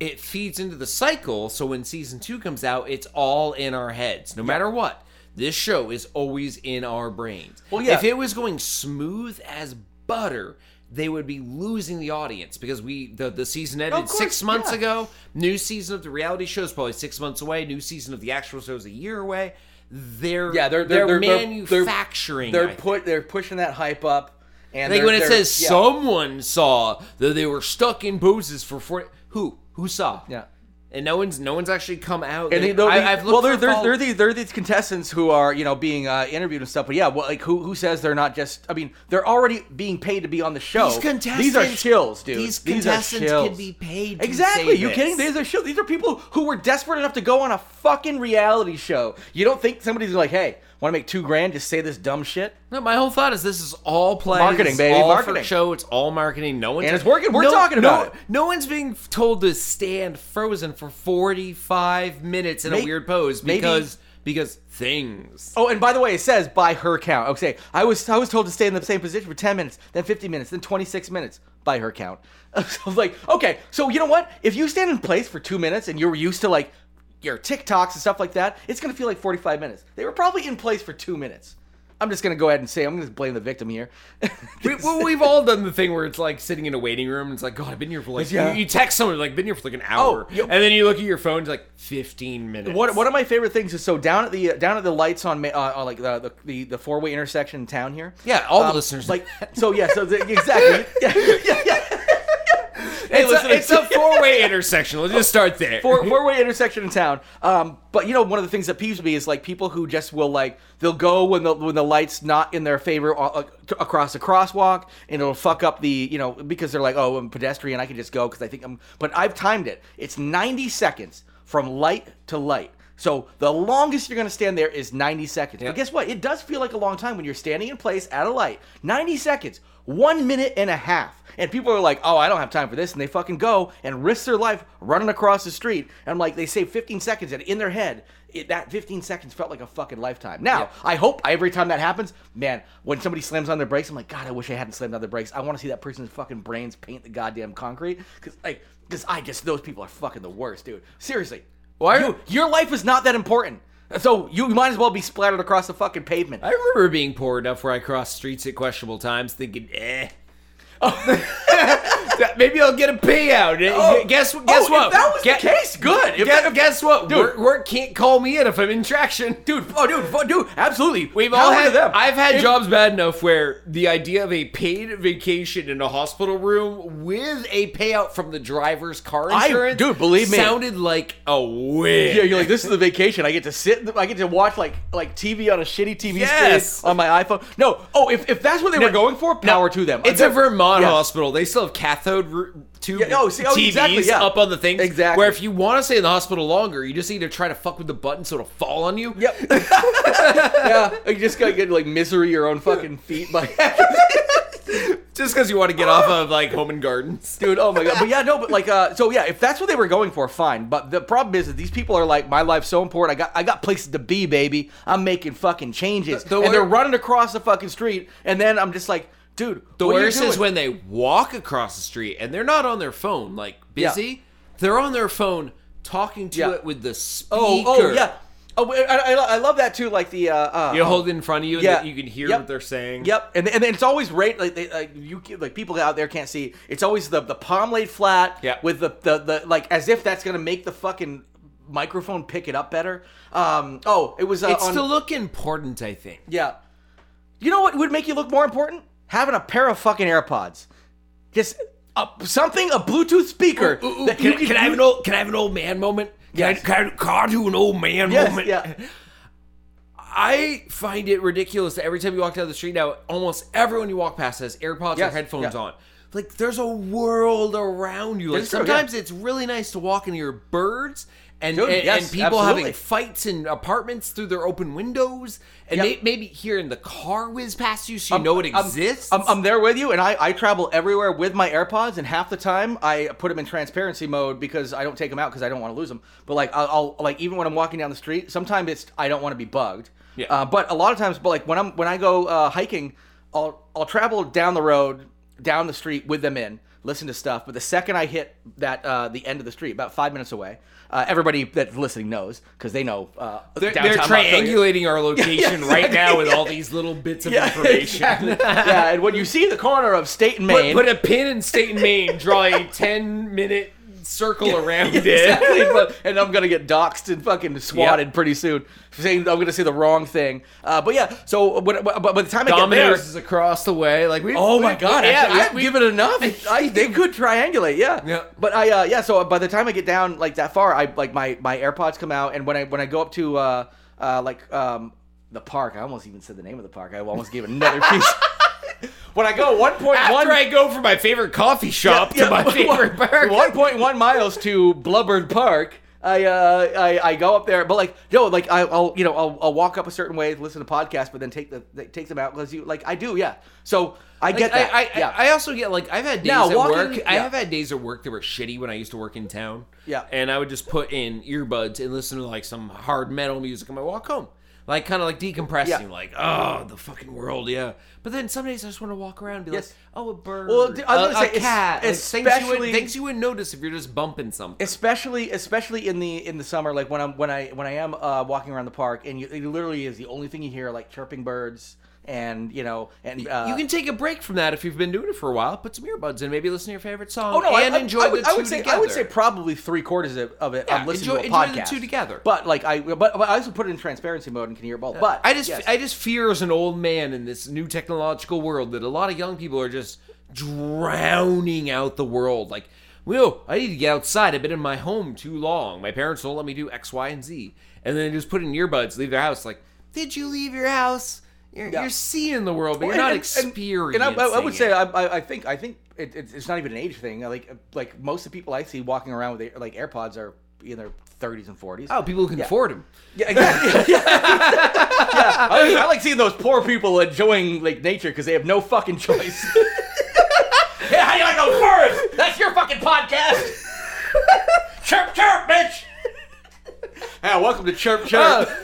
Speaker 2: It feeds into the cycle, so when season two comes out, it's all in our heads, no matter what. This show is always in our brains.
Speaker 3: Well, yeah.
Speaker 2: If it was going smooth as butter, they would be losing the audience because we the, the season ended
Speaker 3: course,
Speaker 2: six months
Speaker 3: yeah.
Speaker 2: ago. New season of the reality show is probably six months away. New season of the actual show is a year away. They're
Speaker 3: Yeah, they're- they're- they're- they're- they're-
Speaker 2: manufacturing.
Speaker 3: They're
Speaker 2: I
Speaker 3: put. They're pushing that hype up. And
Speaker 2: like
Speaker 3: they're-
Speaker 2: when it
Speaker 3: they're-
Speaker 2: says
Speaker 3: yeah.
Speaker 2: someone saw that they were stuck in poses for four. Who who saw?
Speaker 3: Yeah.
Speaker 2: and no one's no one's actually come out.
Speaker 3: And they,
Speaker 2: They-
Speaker 3: they'll be-
Speaker 2: I, have looked
Speaker 3: well, they're,
Speaker 2: for
Speaker 3: they're,
Speaker 2: follow-
Speaker 3: they're these they're these contestants who are you know being uh, interviewed and stuff. But yeah, well, like who who says they're not just? I mean, they're already being paid to be on the show.
Speaker 2: These contestants,
Speaker 3: These are shills, dude.
Speaker 2: These
Speaker 3: are
Speaker 2: contestants
Speaker 3: shills.
Speaker 2: can be paid. To
Speaker 3: Exactly.
Speaker 2: say
Speaker 3: You
Speaker 2: this.
Speaker 3: kidding? These are shills. These are people who were desperate enough to go on a fucking reality show. You don't think somebody's like, hey, want to make two grand? Just say this dumb shit.
Speaker 2: No, my whole thought is this is all play,
Speaker 3: Marketing,
Speaker 2: this is
Speaker 3: baby,
Speaker 2: all for
Speaker 3: marketing.
Speaker 2: show. It's all marketing. No one's
Speaker 3: And it's working. We're
Speaker 2: no-
Speaker 3: talking about
Speaker 2: no,
Speaker 3: it.
Speaker 2: No one's being told to stand frozen for forty five minutes in
Speaker 3: May-
Speaker 2: a weird pose
Speaker 3: maybe-
Speaker 2: because because things.
Speaker 3: Oh, and by the way, it says by her count. Okay, I was I was told to stay in the same position for ten minutes, then fifty minutes, then twenty six minutes by her count. So I was like, okay, so you know what? If you stand in place for two minutes and you're used to like your TikToks and stuff like that, it's gonna feel like forty five minutes. They were probably in place for two minutes. I'm just gonna go ahead and say I'm gonna blame the victim here.
Speaker 2: We, well, we've all done the thing where it's like sitting in a waiting room. And it's like, God, I've been here for like.
Speaker 3: Yeah. Oh,
Speaker 2: You, you text someone like, been here for like an hour,
Speaker 3: yo-
Speaker 2: and then you look at your phone. It's like fifteen minutes.
Speaker 3: One, one of my favorite things is so down at the down at the lights on Ma- uh, on like the the, the, the four way intersection in town here. um,
Speaker 2: Yeah, all the listeners-
Speaker 3: Like so, yeah. So the, exactly. Yeah, yeah, yeah. Hey,
Speaker 2: it's,
Speaker 3: listen,
Speaker 2: a, it's a four-way intersection. Let's just start there.
Speaker 3: four four way intersection in town. Um, but you know, one of the things that peeves me is like people who just will like they'll go when the when the lights not in their favor uh, uh, across a crosswalk, and it'll fuck up the you know because they're like, oh, I'm pedestrian, I can just go because I think I'm. But I've timed it. It's 90 seconds from light to light. So the longest you're gonna stand there is 90 seconds. But guess what? It does feel like a long time when you're standing in place at a light. 90 seconds, one minute and a half. And people are like, oh, I don't have time for this. And they fucking go and risk their life running across the street. And I'm like, they say 15 seconds. And in their head, it, that 15 seconds felt like a fucking lifetime. Now,
Speaker 2: Yeah.
Speaker 3: I hope every time that happens, man, when somebody slams on their brakes, I'm like, God, I wish I hadn't slammed on their brakes. I want to see that person's fucking brains paint the goddamn concrete. Because, like, because I just, those people are fucking the worst, dude. Seriously.
Speaker 2: Why-
Speaker 3: You, your life is not that important. So you might as well be splattered across the fucking pavement.
Speaker 2: I remember being poor enough where I crossed streets at questionable times, thinking, eh. Maybe I'll get a payout. Eh,
Speaker 3: Oh.
Speaker 2: guess guess
Speaker 3: Oh, if
Speaker 2: what?
Speaker 3: that was the
Speaker 2: Gue-
Speaker 3: case, good. If
Speaker 2: guess,
Speaker 3: that-
Speaker 2: guess what?
Speaker 3: Dude.
Speaker 2: Work, work can't call me in if I'm in traction,
Speaker 3: Dude, oh, dude, fu- dude, absolutely.
Speaker 2: We've
Speaker 3: How
Speaker 2: all
Speaker 3: are
Speaker 2: had
Speaker 3: them.
Speaker 2: I've had
Speaker 3: If-
Speaker 2: jobs bad enough where the idea of a paid vacation in a hospital room with a payout from the driver's car
Speaker 3: I-
Speaker 2: insurance,
Speaker 3: dude, believe me.
Speaker 2: sounded like a win.
Speaker 3: Yeah, you're like, this is the vacation. I get to sit. I get to watch like like TV on a shitty TV
Speaker 2: Yes.
Speaker 3: screen on my iPhone. No, oh, if, if that's what they were going for, power to them.
Speaker 2: It's
Speaker 3: They're-
Speaker 2: a Vermont
Speaker 3: Yes.
Speaker 2: hospital. They still have cathode ru- tube
Speaker 3: Yeah, oh, see, oh,
Speaker 2: TVs
Speaker 3: exactly, yeah.
Speaker 2: up on the thing.
Speaker 3: Exactly.
Speaker 2: Where if you want to stay in the hospital longer, you just need to try to fuck with the button so it'll fall on you.
Speaker 3: Yep. yeah, you just gotta get like misery your own fucking feet by.
Speaker 2: Just because you want to get off of like Home and Gardens.
Speaker 3: dude oh my god but yeah no but like uh so yeah if that's what they were going for fine but the problem is that these people are like my life's so important i got i got places to be baby i'm making fucking changes
Speaker 2: The- the
Speaker 3: and they're
Speaker 2: wor-
Speaker 3: running across the fucking street and then i'm just like dude
Speaker 2: The
Speaker 3: what are you
Speaker 2: worst is
Speaker 3: doing?
Speaker 2: when they walk across the street and they're not on their phone, like busy. They're on their phone talking to
Speaker 3: Yeah.
Speaker 2: it with the speaker.
Speaker 3: oh oh yeah oh I, I, I love that too like the uh, uh
Speaker 2: You hold it in front of you and
Speaker 3: Yeah.
Speaker 2: you can hear
Speaker 3: Yep.
Speaker 2: what they're saying.
Speaker 3: Yep, and and it's always right like they like you can- like people out there can't see. It's always the the palm laid flat
Speaker 2: Yeah.
Speaker 3: with the, the the like as if that's gonna make the fucking microphone pick it up better. Um oh it was uh,
Speaker 2: It's
Speaker 3: on,
Speaker 2: to look important, I think.
Speaker 3: Yeah. You know what would make you look more important? Having a pair of fucking AirPods. Just a, something, a Bluetooth speaker.
Speaker 2: Ooh, ooh,
Speaker 3: that
Speaker 2: can,
Speaker 3: you
Speaker 2: can I have an old can I have an old man moment? Can,
Speaker 3: Yes.
Speaker 2: I, can, I, can I do an old man
Speaker 3: Yes,
Speaker 2: moment?
Speaker 3: yeah.
Speaker 2: I find it ridiculous that every time you walk down the street now, almost everyone you walk past has AirPods
Speaker 3: Yes,
Speaker 2: or headphones
Speaker 3: yeah.
Speaker 2: on. like there's a world around you. Like
Speaker 3: That's true, yeah.
Speaker 2: sometimes it's really nice to walk into your birds and
Speaker 3: Dude,
Speaker 2: and,
Speaker 3: yes,
Speaker 2: and people
Speaker 3: absolutely.
Speaker 2: having fights in apartments through their open windows and
Speaker 3: Yep. Um,
Speaker 2: may, maybe hearing the car whiz past you so you know it
Speaker 3: I'm-
Speaker 2: exists.
Speaker 3: I'm, I'm there with you, and I, I travel everywhere with my AirPods, and half the time I put them in transparency mode because I don't take them out because I don't want to lose them. But like I'll, I'll like even when I'm walking down the street, sometimes it's I don't want to be bugged.
Speaker 2: Yeah.
Speaker 3: Uh, but a lot of times, but like when I'm when I go uh, hiking, I'll I'll travel down the road, down the street with them in, listen to stuff. But the second I hit that uh, the end of the street, about five minutes away, uh, everybody that's listening knows because they know. Uh,
Speaker 2: they're, they're
Speaker 3: downtown Montpelier.
Speaker 2: triangulating our location right now with all these little bits of information.
Speaker 3: Exactly. yeah, and when you see the corner of State and
Speaker 2: Put,
Speaker 3: Maine,
Speaker 2: put a pin in state and Maine, draw a 10 minute circle around it.
Speaker 3: exactly. But, and I'm gonna get doxxed and fucking swatted pretty soon. Saying I'm gonna say the wrong thing. Uh, but yeah, so when, but by the time I get
Speaker 2: Domino's
Speaker 3: there,
Speaker 2: is across the way. Like we.
Speaker 3: oh my
Speaker 2: we-
Speaker 3: god,
Speaker 2: yeah,
Speaker 3: actually,
Speaker 2: we-
Speaker 3: I've
Speaker 2: we-
Speaker 3: given enough. I, they could triangulate, yeah.
Speaker 2: Yeah.
Speaker 3: But I, uh, yeah. So by the time I get down like that far, I like my my AirPods come out, and when I when I go up to uh, uh, like um, the park, I almost even said the name of the park. I almost gave another piece. When I go 1.1
Speaker 2: After I go from my favorite coffee shop to my favorite burger.
Speaker 3: One point one miles to Blubbard Park. I, uh, I I go up there, but like no, like I, I'll you know I'll, I'll walk up a certain way, listen to podcasts, but then take the they- take them out because you like I do, yeah. So I get
Speaker 2: I,
Speaker 3: that,
Speaker 2: I,
Speaker 3: yeah.
Speaker 2: I also get like I've had days
Speaker 3: Now,
Speaker 2: at
Speaker 3: walking-
Speaker 2: work. I
Speaker 3: yeah.
Speaker 2: have had days at work that were shitty when I used to work in town.
Speaker 3: Yeah.
Speaker 2: and I would just put in earbuds and listen to like some hard metal music on my walk home, like kind of like decompressing,
Speaker 3: Yeah.
Speaker 2: like oh the fucking world, yeah. But then some days I just want to walk around and be
Speaker 3: Yes.
Speaker 2: like, oh a bird,
Speaker 3: Well, d- I was
Speaker 2: a,
Speaker 3: gonna
Speaker 2: a
Speaker 3: say, es-
Speaker 2: cat, like, things, you
Speaker 3: especially-
Speaker 2: wouldn't, things you wouldn't notice if you're just bumping something.
Speaker 3: especially especially in the in the summer like when i'm when i when i am uh, walking around the park and you, it literally is the only thing you hear like chirping birds and you know and uh,
Speaker 2: you can take a break from that if you've been doing it for a while. Put some earbuds in, maybe listen to your favorite song,
Speaker 3: Oh no!
Speaker 2: and
Speaker 3: I, I,
Speaker 2: enjoy
Speaker 3: I would,
Speaker 2: the two
Speaker 3: I would say
Speaker 2: together.
Speaker 3: I would say probably three quarters of, of it. I'm
Speaker 2: Yeah,
Speaker 3: listening
Speaker 2: enjoy-
Speaker 3: to a podcast.
Speaker 2: enjoy the two together.
Speaker 3: But like I, but, but I also put it in transparency mode and can hear both. But
Speaker 2: I just
Speaker 3: yes.
Speaker 2: I just fear as an old man in this new technological world that a lot of young people are just drowning out the world. Like, well, I need to get outside. I've been in my home too long. My parents don't let me do X, Y, and Z. And then they just put in earbuds, leave their house. Like, did you leave your house? You're,
Speaker 3: Yeah.
Speaker 2: you're seeing the world, but
Speaker 3: Well,
Speaker 2: you're not
Speaker 3: and- and-
Speaker 2: experiencing.
Speaker 3: And I, I- I would
Speaker 2: it.
Speaker 3: say I, I I think I think it, it's it's not even an age thing. Like like most of the people I see walking around with their, like AirPods are in their 30s and 40s.
Speaker 2: oh, people who can afford 'em.
Speaker 3: Yeah, exactly. yeah. I, I like seeing those poor people enjoying like nature because they have no fucking choice. yeah, how do you like those birds? That's your fucking podcast. chirp, chirp, bitch. Yeah, welcome to chirp, chirp. Uh.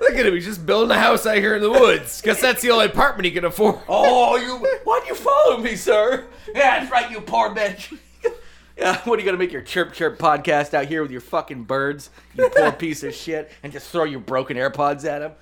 Speaker 2: Look at him. He's just building a house out here in the woods because that's the only apartment he can afford.
Speaker 3: oh, you? Why do you follow me, sir? Yeah, that's right, you poor bitch. Yeah, what are you gonna make your chirp chirp podcast out here with your fucking birds, you poor piece of shit, and just throw your broken AirPods at them?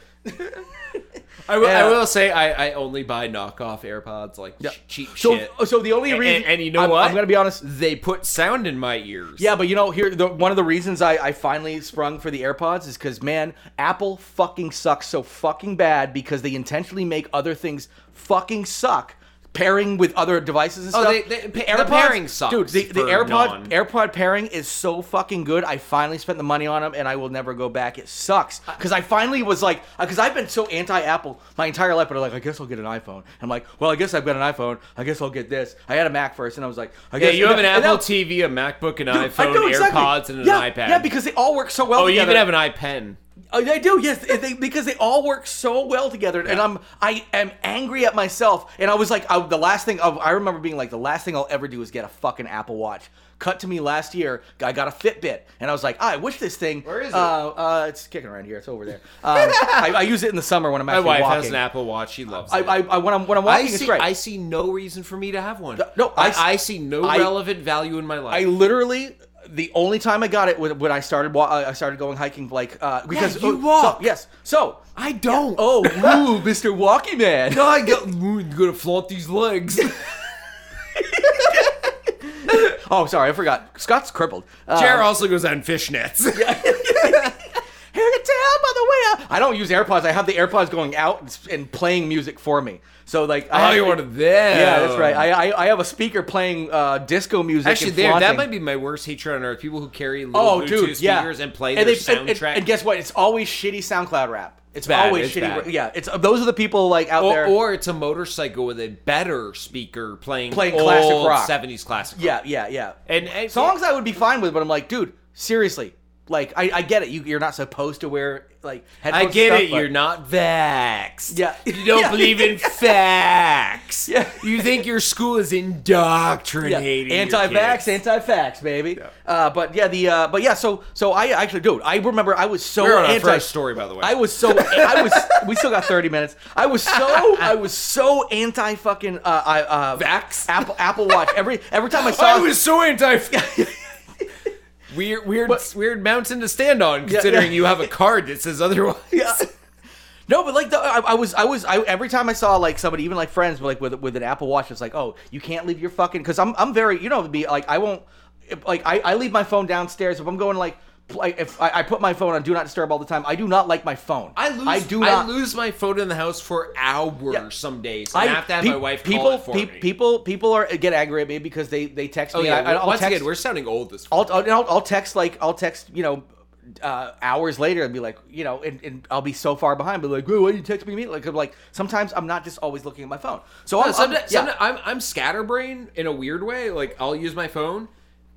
Speaker 2: I will,
Speaker 3: Yeah.
Speaker 2: I will say I, I only buy knockoff AirPods, like ch- cheap
Speaker 3: So, uh,
Speaker 2: shit.
Speaker 3: so the only
Speaker 2: And-
Speaker 3: reason,
Speaker 2: and you know
Speaker 3: I'm-
Speaker 2: what?
Speaker 3: I'm gonna be honest.
Speaker 2: they put sound in my ears.
Speaker 3: Yeah, but you know, here the, one of the reasons I, I finally sprung for the AirPods is because man, Apple fucking sucks so fucking bad because they intentionally make other things fucking suck. Pairing with other devices and
Speaker 2: Oh,
Speaker 3: stuff.
Speaker 2: they- they- pa- the pairing sucks
Speaker 3: Dude, the, the
Speaker 2: for
Speaker 3: AirPod
Speaker 2: non-
Speaker 3: AirPod pairing is so fucking good. I finally spent the money on them, and I will never go back. It sucks because I finally was like, because I've been so anti-Apple my entire life. But I'm like, I guess I'll get an iPhone. I'm like, well, I guess I've got an iPhone. I guess I'll get this. I had a Mac first, and I was like, I
Speaker 2: Yeah,
Speaker 3: guess
Speaker 2: you have an
Speaker 3: and
Speaker 2: Apple
Speaker 3: now-
Speaker 2: TV, a MacBook, an
Speaker 3: Dude, I
Speaker 2: iPhone,
Speaker 3: know exactly.
Speaker 2: AirPods, and an
Speaker 3: yeah,
Speaker 2: iPad.
Speaker 3: Yeah, because they all work so well
Speaker 2: oh, you
Speaker 3: together.
Speaker 2: even have an iPen.
Speaker 3: Oh, they do. Yes, they- they- because they all work so well together. And I'm I am angry at myself. And I was like, I, the last thing I, I remember being like, the last thing I'll ever do is get a fucking Apple Watch. Cut to me last year. I got a Fitbit, and I was like, I wish this thing. Where
Speaker 2: is it?
Speaker 3: Uh, uh, it's kicking around here. It's over there. Um, I, I use it in the summer when I'm
Speaker 2: My
Speaker 3: actually
Speaker 2: wife
Speaker 3: walking.
Speaker 2: has an Apple Watch. She loves
Speaker 3: I,
Speaker 2: it.
Speaker 3: I, I when I'm when I'm walking,
Speaker 2: I
Speaker 3: it's
Speaker 2: see.
Speaker 3: great.
Speaker 2: I see no reason for me to have one.
Speaker 3: no, I
Speaker 2: I,
Speaker 3: s-
Speaker 2: I see no
Speaker 3: I-
Speaker 2: relevant value in my
Speaker 3: I
Speaker 2: life.
Speaker 3: literally the only time I got it was when I started wa- uh, I started going hiking like uh, because
Speaker 2: you
Speaker 3: oh,
Speaker 2: walk.
Speaker 3: So, yes. So
Speaker 2: I, don't.
Speaker 3: oh, ooh, Mr. Walkie Man.
Speaker 2: no, I got. I'm gonna flaunt these legs.
Speaker 3: Oh, sorry, I forgot. Scott's crippled. Uh,
Speaker 2: Jared also goes on fishnets.
Speaker 3: here to tell by the way. out. I don't use AirPods. I have the AirPods going out and, s- and playing music for me. So like, I
Speaker 2: Oh,
Speaker 3: have-
Speaker 2: you one of them.
Speaker 3: Yeah, that's right. I, I I have a speaker playing uh, disco music.
Speaker 2: Actually,
Speaker 3: and
Speaker 2: there, that
Speaker 3: flaunting.
Speaker 2: might be my worst hatred on earth. People who carry little
Speaker 3: Oh,
Speaker 2: Bluetooth
Speaker 3: dude, yeah.
Speaker 2: speakers and play their
Speaker 3: they-
Speaker 2: soundtrack.
Speaker 3: And, guess what? It's always shitty SoundCloud rap.
Speaker 2: It's bad.
Speaker 3: always
Speaker 2: it's
Speaker 3: shitty.
Speaker 2: bad.
Speaker 3: ra- Yeah, it's those are the people like out
Speaker 2: Or,
Speaker 3: there.
Speaker 2: or it's a motorcycle with a better speaker playing
Speaker 3: Playing
Speaker 2: old
Speaker 3: classic rock.
Speaker 2: 70s classic. rock.
Speaker 3: yeah, yeah, yeah.
Speaker 2: And, and
Speaker 3: Songs I would be fine with, but I'm like, dude, seriously. Like I, I get it. You, you're not supposed to wear like
Speaker 2: I
Speaker 3: headphones.
Speaker 2: get
Speaker 3: and stuff,
Speaker 2: it. You're not vaxxed.
Speaker 3: Yeah.
Speaker 2: You don't
Speaker 3: Yeah.
Speaker 2: believe in facts.
Speaker 3: Yeah.
Speaker 2: You think your school is
Speaker 3: Yeah,
Speaker 2: indoctrinating. your
Speaker 3: anti-vax,
Speaker 2: kids.
Speaker 3: anti-fax, baby. Uh, but yeah, the uh, but yeah, so so I actually, dude, I remember I was so
Speaker 2: We're on our
Speaker 3: anti
Speaker 2: first story, by the way.
Speaker 3: I was so I was we still got thirty minutes. I was so I was so anti fucking uh, I uh,
Speaker 2: Vax?
Speaker 3: Apple Apple Watch every every time I saw
Speaker 2: I was so anti. weird, weird, weird mountain to stand on, considering you have a card that says otherwise.
Speaker 3: No, but like the, I, I was, I was, I, every time I saw like somebody, even like friends, like with with an Apple Watch, it's like, oh, you can't leave your fucking, because I'm I'm very, you know, it'd be like I won't, if, like I, I leave my phone downstairs if I'm going like, pl- like if I, I put my phone on do not disturb all the time. I do not like my phone.
Speaker 2: I lose.
Speaker 3: I do not.
Speaker 2: lose my phone in the house for hours some days. I,
Speaker 3: I
Speaker 2: have to have
Speaker 3: pe-
Speaker 2: my wife
Speaker 3: people,
Speaker 2: call it for
Speaker 3: pe-
Speaker 2: me.
Speaker 3: People, people are get aggravated at me because they they text
Speaker 2: oh
Speaker 3: me.
Speaker 2: yeah.
Speaker 3: I, I'll
Speaker 2: once
Speaker 3: text,
Speaker 2: again, we're sounding old as.
Speaker 3: I'll, I'll, I'll- I'll text like I'll text you know uh, hours later and be like you know and, and I'll be so far behind be like "Whoa, why did you text me immediately like, I'm like sometimes I'm not just always looking at my phone so I'm,
Speaker 2: No, someti-
Speaker 3: I'm- yeah.
Speaker 2: someti- I'm, I'm scatterbrained in a weird way. Like I'll use my phone,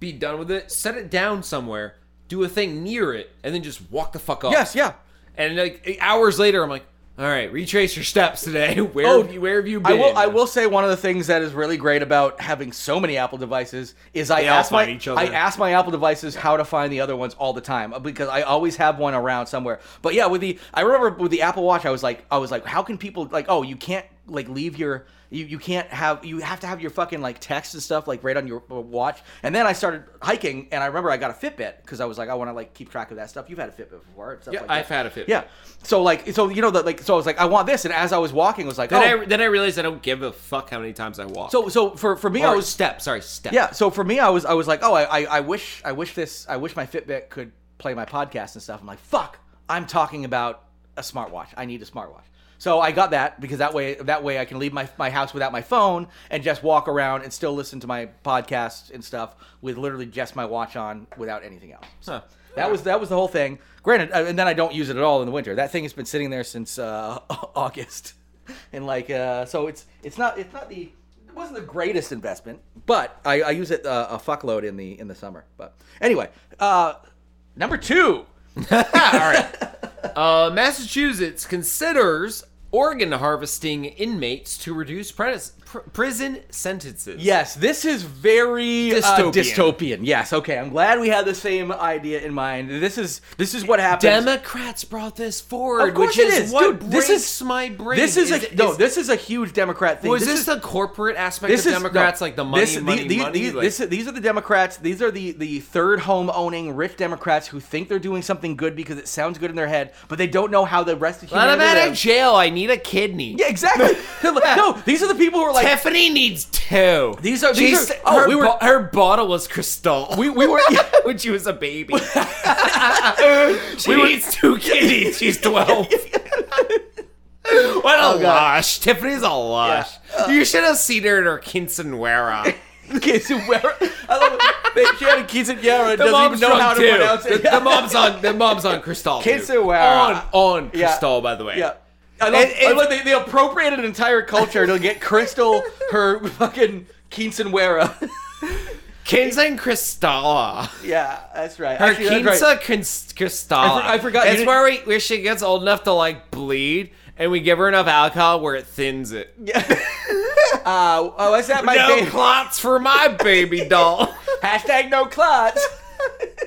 Speaker 2: be done with it, set it down somewhere, do a thing near it, and then just walk the fuck off.
Speaker 3: yes yeah
Speaker 2: And like hours later, I'm like, all right, retrace your steps today. Where have you, where have you been?
Speaker 3: Oh, I will I will say one of the things that is really great about having so many Apple devices is I
Speaker 2: all
Speaker 3: ask my
Speaker 2: find each other.
Speaker 3: I ask my Apple devices how to find the other ones all the time uh, because I always have one around somewhere. But yeah, with the I remember with the Apple Watch, I was like I was like, how can people like oh you can't like leave your you, you can't have you have to have your fucking like text and stuff like right on your uh, watch and then i started hiking and i remember i got a fitbit because i was like i want to like keep track of that stuff you've had a fitbit before and stuff
Speaker 2: Yeah,
Speaker 3: like
Speaker 2: I've had
Speaker 3: that.
Speaker 2: a Fitbit.
Speaker 3: yeah so like so you know that like so i was like i want this and as i was walking i was like oh
Speaker 2: Then I then I realized I don't give a fuck how many times I walk.
Speaker 3: so so for for me, I
Speaker 2: or
Speaker 3: was
Speaker 2: step. Sorry, step.
Speaker 3: yeah. So for me, I was I was like, oh, I, I I wish I wish this I wish my Fitbit could play my podcast and stuff. I'm like, fuck, I'm talking about a smartwatch. I need a smartwatch. So I got that because that way that way I can leave my my house without my phone and just walk around and still listen to my podcasts and stuff with literally just my watch on without anything else. So
Speaker 2: Huh.
Speaker 3: That was that was the whole thing. Granted, uh, and then I don't use it at all in the winter. That thing has been sitting there since uh, August, and like uh, so it's it's not it's not the it wasn't the greatest investment, but I, I use it uh, a fuckload in the in the summer. But anyway, uh, number two,
Speaker 2: Ah, Uh, Massachusetts considers organ harvesting inmates to reduce prenis- pr- prison sentences.
Speaker 3: yes, this is very uh,
Speaker 2: Dystopian.
Speaker 3: dystopian. Yes, okay, I'm glad we had the same idea in mind. This is this is what happens.
Speaker 2: Democrats brought this forward,
Speaker 3: Of course
Speaker 2: which
Speaker 3: it
Speaker 2: is
Speaker 3: is,
Speaker 2: what
Speaker 3: dude.
Speaker 2: breaks
Speaker 3: This is
Speaker 2: my brain.
Speaker 3: This is, a
Speaker 2: it-
Speaker 3: no.
Speaker 2: is-
Speaker 3: This is a huge Democrat thing.
Speaker 2: was this, the corporate aspect of
Speaker 3: no,
Speaker 2: Democrats, like the money,
Speaker 3: this-
Speaker 2: money,
Speaker 3: the- the-
Speaker 2: money?
Speaker 3: these,
Speaker 2: like-
Speaker 3: this- these are the Democrats. These are the the third home owning rich Democrats who think they're doing something good because it sounds good in their head, but they don't know how the rest of
Speaker 2: Let
Speaker 3: humanity.
Speaker 2: him out of
Speaker 3: lives.
Speaker 2: jail. I need a kidney.
Speaker 3: yeah, exactly. no, these are the people who are like.
Speaker 2: Tiffany needs two.
Speaker 3: These are-
Speaker 2: She
Speaker 3: these are-
Speaker 2: said-
Speaker 3: oh,
Speaker 2: her,
Speaker 3: we were-
Speaker 2: bo- her bottle was Cristal.
Speaker 3: We, we were yeah,
Speaker 2: when she was a baby. she needs two kitties. She's Oh, 12. what a lush. Tiffany's a lush. you should have seen her in her quinceanera.
Speaker 3: okay, so where, I love it. They, she had a quinceanera.
Speaker 2: The
Speaker 3: doesn't even
Speaker 2: mom's
Speaker 3: know
Speaker 2: drunk
Speaker 3: how to
Speaker 2: too.
Speaker 3: pronounce it.
Speaker 2: The, the mom's on. The mom's on Cristal. too.
Speaker 3: Quinceanera.
Speaker 2: On on
Speaker 3: Yeah.
Speaker 2: Cristal, by the way.
Speaker 3: Yeah. I love,
Speaker 2: And- and-
Speaker 3: I love they, they appropriated an entire culture to get Crystal her fucking quinceanera.
Speaker 2: Quince and Cristala.
Speaker 3: yeah, that's right.
Speaker 2: Her
Speaker 3: Actually, that's
Speaker 2: quince
Speaker 3: right.
Speaker 2: Cristala.
Speaker 3: I for- I forgot, you
Speaker 2: That's
Speaker 3: didn't-
Speaker 2: where we where she gets old enough to like bleed, and we give her enough alcohol where it thins it.
Speaker 3: Uh, oh, is that my
Speaker 2: no
Speaker 3: baby?
Speaker 2: clots for my baby doll.
Speaker 3: Hashtag no clots.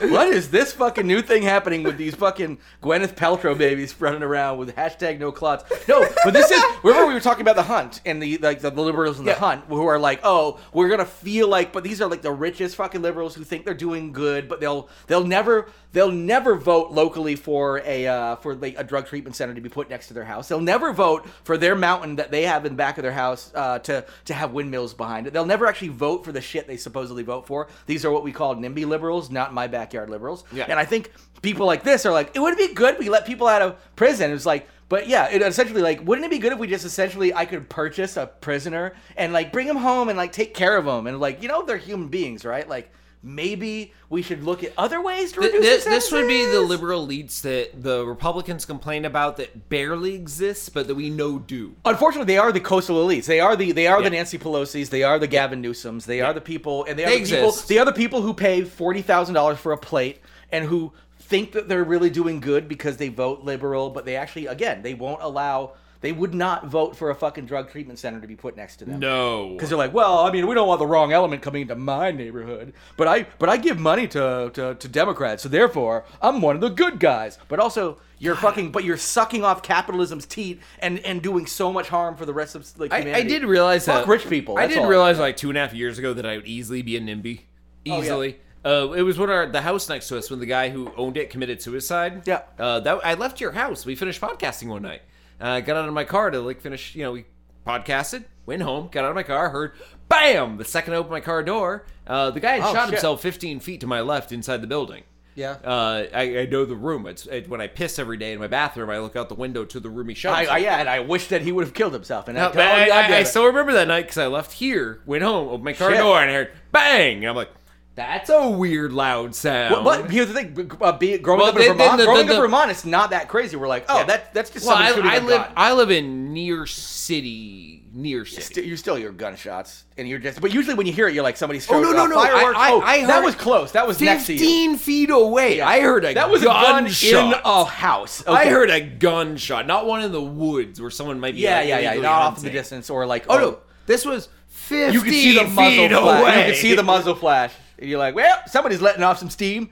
Speaker 3: what is this fucking new thing happening with these fucking Gwyneth Paltrow babies running around with hashtag no clots? No, but this is remember we were talking about the hunt and the like the liberals in the hunt who are like, oh, we're gonna feel like, but these are like the richest fucking liberals who think they're doing good, but they'll they'll never they'll never vote locally for a uh, for like a drug treatment center to be put next to their house. They'll never vote for their mountain that they have in the back of their house uh, to to have windmills behind it. They'll never actually vote for the shit they supposedly vote for. These are what we call NIMBY liberals, not my backyard liberals.
Speaker 2: Yeah.
Speaker 3: And I think people like this are like, it would be good if we let people out of prison. It's like, but yeah, it essentially like, wouldn't it be good if we just essentially I could purchase a prisoner and like bring him home and like take care of him and like you know they're human beings, right? Like maybe we should look at other ways to
Speaker 2: Th-
Speaker 3: reduce
Speaker 2: this,
Speaker 3: the
Speaker 2: this would be the
Speaker 3: sentences?
Speaker 2: liberal leads that the Republicans complain about that barely exists, but that we know do.
Speaker 3: Unfortunately, they are the coastal elites. They are the they are
Speaker 2: Yeah.
Speaker 3: the Nancy Pelosi's. They are the Gavin Newsom's. They are the people, and they are
Speaker 2: They
Speaker 3: the people.
Speaker 2: exist.
Speaker 3: They are the people who pay forty thousand dollars for a plate and who think that they're really doing good because they vote liberal, but they actually, again, they won't allow. They would not vote for a fucking drug treatment center to be put next to them.
Speaker 2: No.
Speaker 3: Because they're like, well, I mean, we don't want the wrong element coming into my neighborhood, but I, but I give money to, to, to Democrats, so therefore I'm one of the good guys. But also, you're fucking, but you're sucking off capitalism's teat and and doing so much harm for the rest of like
Speaker 2: I,
Speaker 3: humanity.
Speaker 2: I did realize
Speaker 3: Fuck
Speaker 2: that
Speaker 3: rich people.
Speaker 2: I
Speaker 3: that's
Speaker 2: did
Speaker 3: all. Oh,
Speaker 2: realize like two and a half years ago that I would easily be a NIMBY,
Speaker 3: yeah.
Speaker 2: easily. Uh, it was when our the house next to us when the guy who owned it committed suicide.
Speaker 3: Yeah.
Speaker 2: uh, that I left your house. We finished podcasting one night. Uh, got out of my car to like finish. You know, we podcasted, went home, got out of my car, heard bam. The second I opened my car door, uh, the guy had
Speaker 3: Oh,
Speaker 2: shot
Speaker 3: shit.
Speaker 2: himself 15 feet to my left inside the building.
Speaker 3: Yeah.
Speaker 2: uh, I, I know the room. It's it, when I piss every day in my bathroom. I look out the window to the room he shot.
Speaker 3: I,
Speaker 2: himself.
Speaker 3: I, yeah, and I wish that he would have killed himself. And I,
Speaker 2: No,
Speaker 3: oh,
Speaker 2: but I,
Speaker 3: God damn
Speaker 2: I, I
Speaker 3: it.
Speaker 2: still remember that night because I left here, went home, opened my car
Speaker 3: Shit.
Speaker 2: door, and I heard bang. And I'm like, that's a weird loud sound.
Speaker 3: But, but here's the thing: b- uh, be, growing
Speaker 2: Well,
Speaker 3: up in
Speaker 2: then- then
Speaker 3: Vermont,
Speaker 2: the-
Speaker 3: growing
Speaker 2: the-
Speaker 3: up
Speaker 2: the-
Speaker 3: in Vermont, it's not that crazy. We're like, oh, that that's just
Speaker 2: well, I,
Speaker 3: someone shooting
Speaker 2: I
Speaker 3: a
Speaker 2: live
Speaker 3: gun.
Speaker 2: I live in near city, near
Speaker 3: St-
Speaker 2: city.
Speaker 3: you still hear gunshots, and you're just. But usually, when you hear it, you're like somebody's.
Speaker 2: Oh, no,
Speaker 3: showing
Speaker 2: no,
Speaker 3: off
Speaker 2: no, I-
Speaker 3: Fireworks.
Speaker 2: I-
Speaker 3: oh,
Speaker 2: I
Speaker 3: that
Speaker 2: heard
Speaker 3: was close. That was next to you.
Speaker 2: Fifteen feet away, I heard a
Speaker 3: that was a gun
Speaker 2: gunshot.
Speaker 3: in a house.
Speaker 2: I
Speaker 3: Okay.
Speaker 2: heard a gunshot, not one in the woods where someone might be.
Speaker 3: Yeah,
Speaker 2: like,
Speaker 3: yeah, yeah.
Speaker 2: illegally
Speaker 3: Not off in the
Speaker 2: hunting.
Speaker 3: distance, or like.
Speaker 2: Oh no, this was fifteen
Speaker 3: You could see the muzzle
Speaker 2: feet
Speaker 3: flash.
Speaker 2: away.
Speaker 3: You could see the muzzle flash, and you're like, well, somebody's letting off some steam.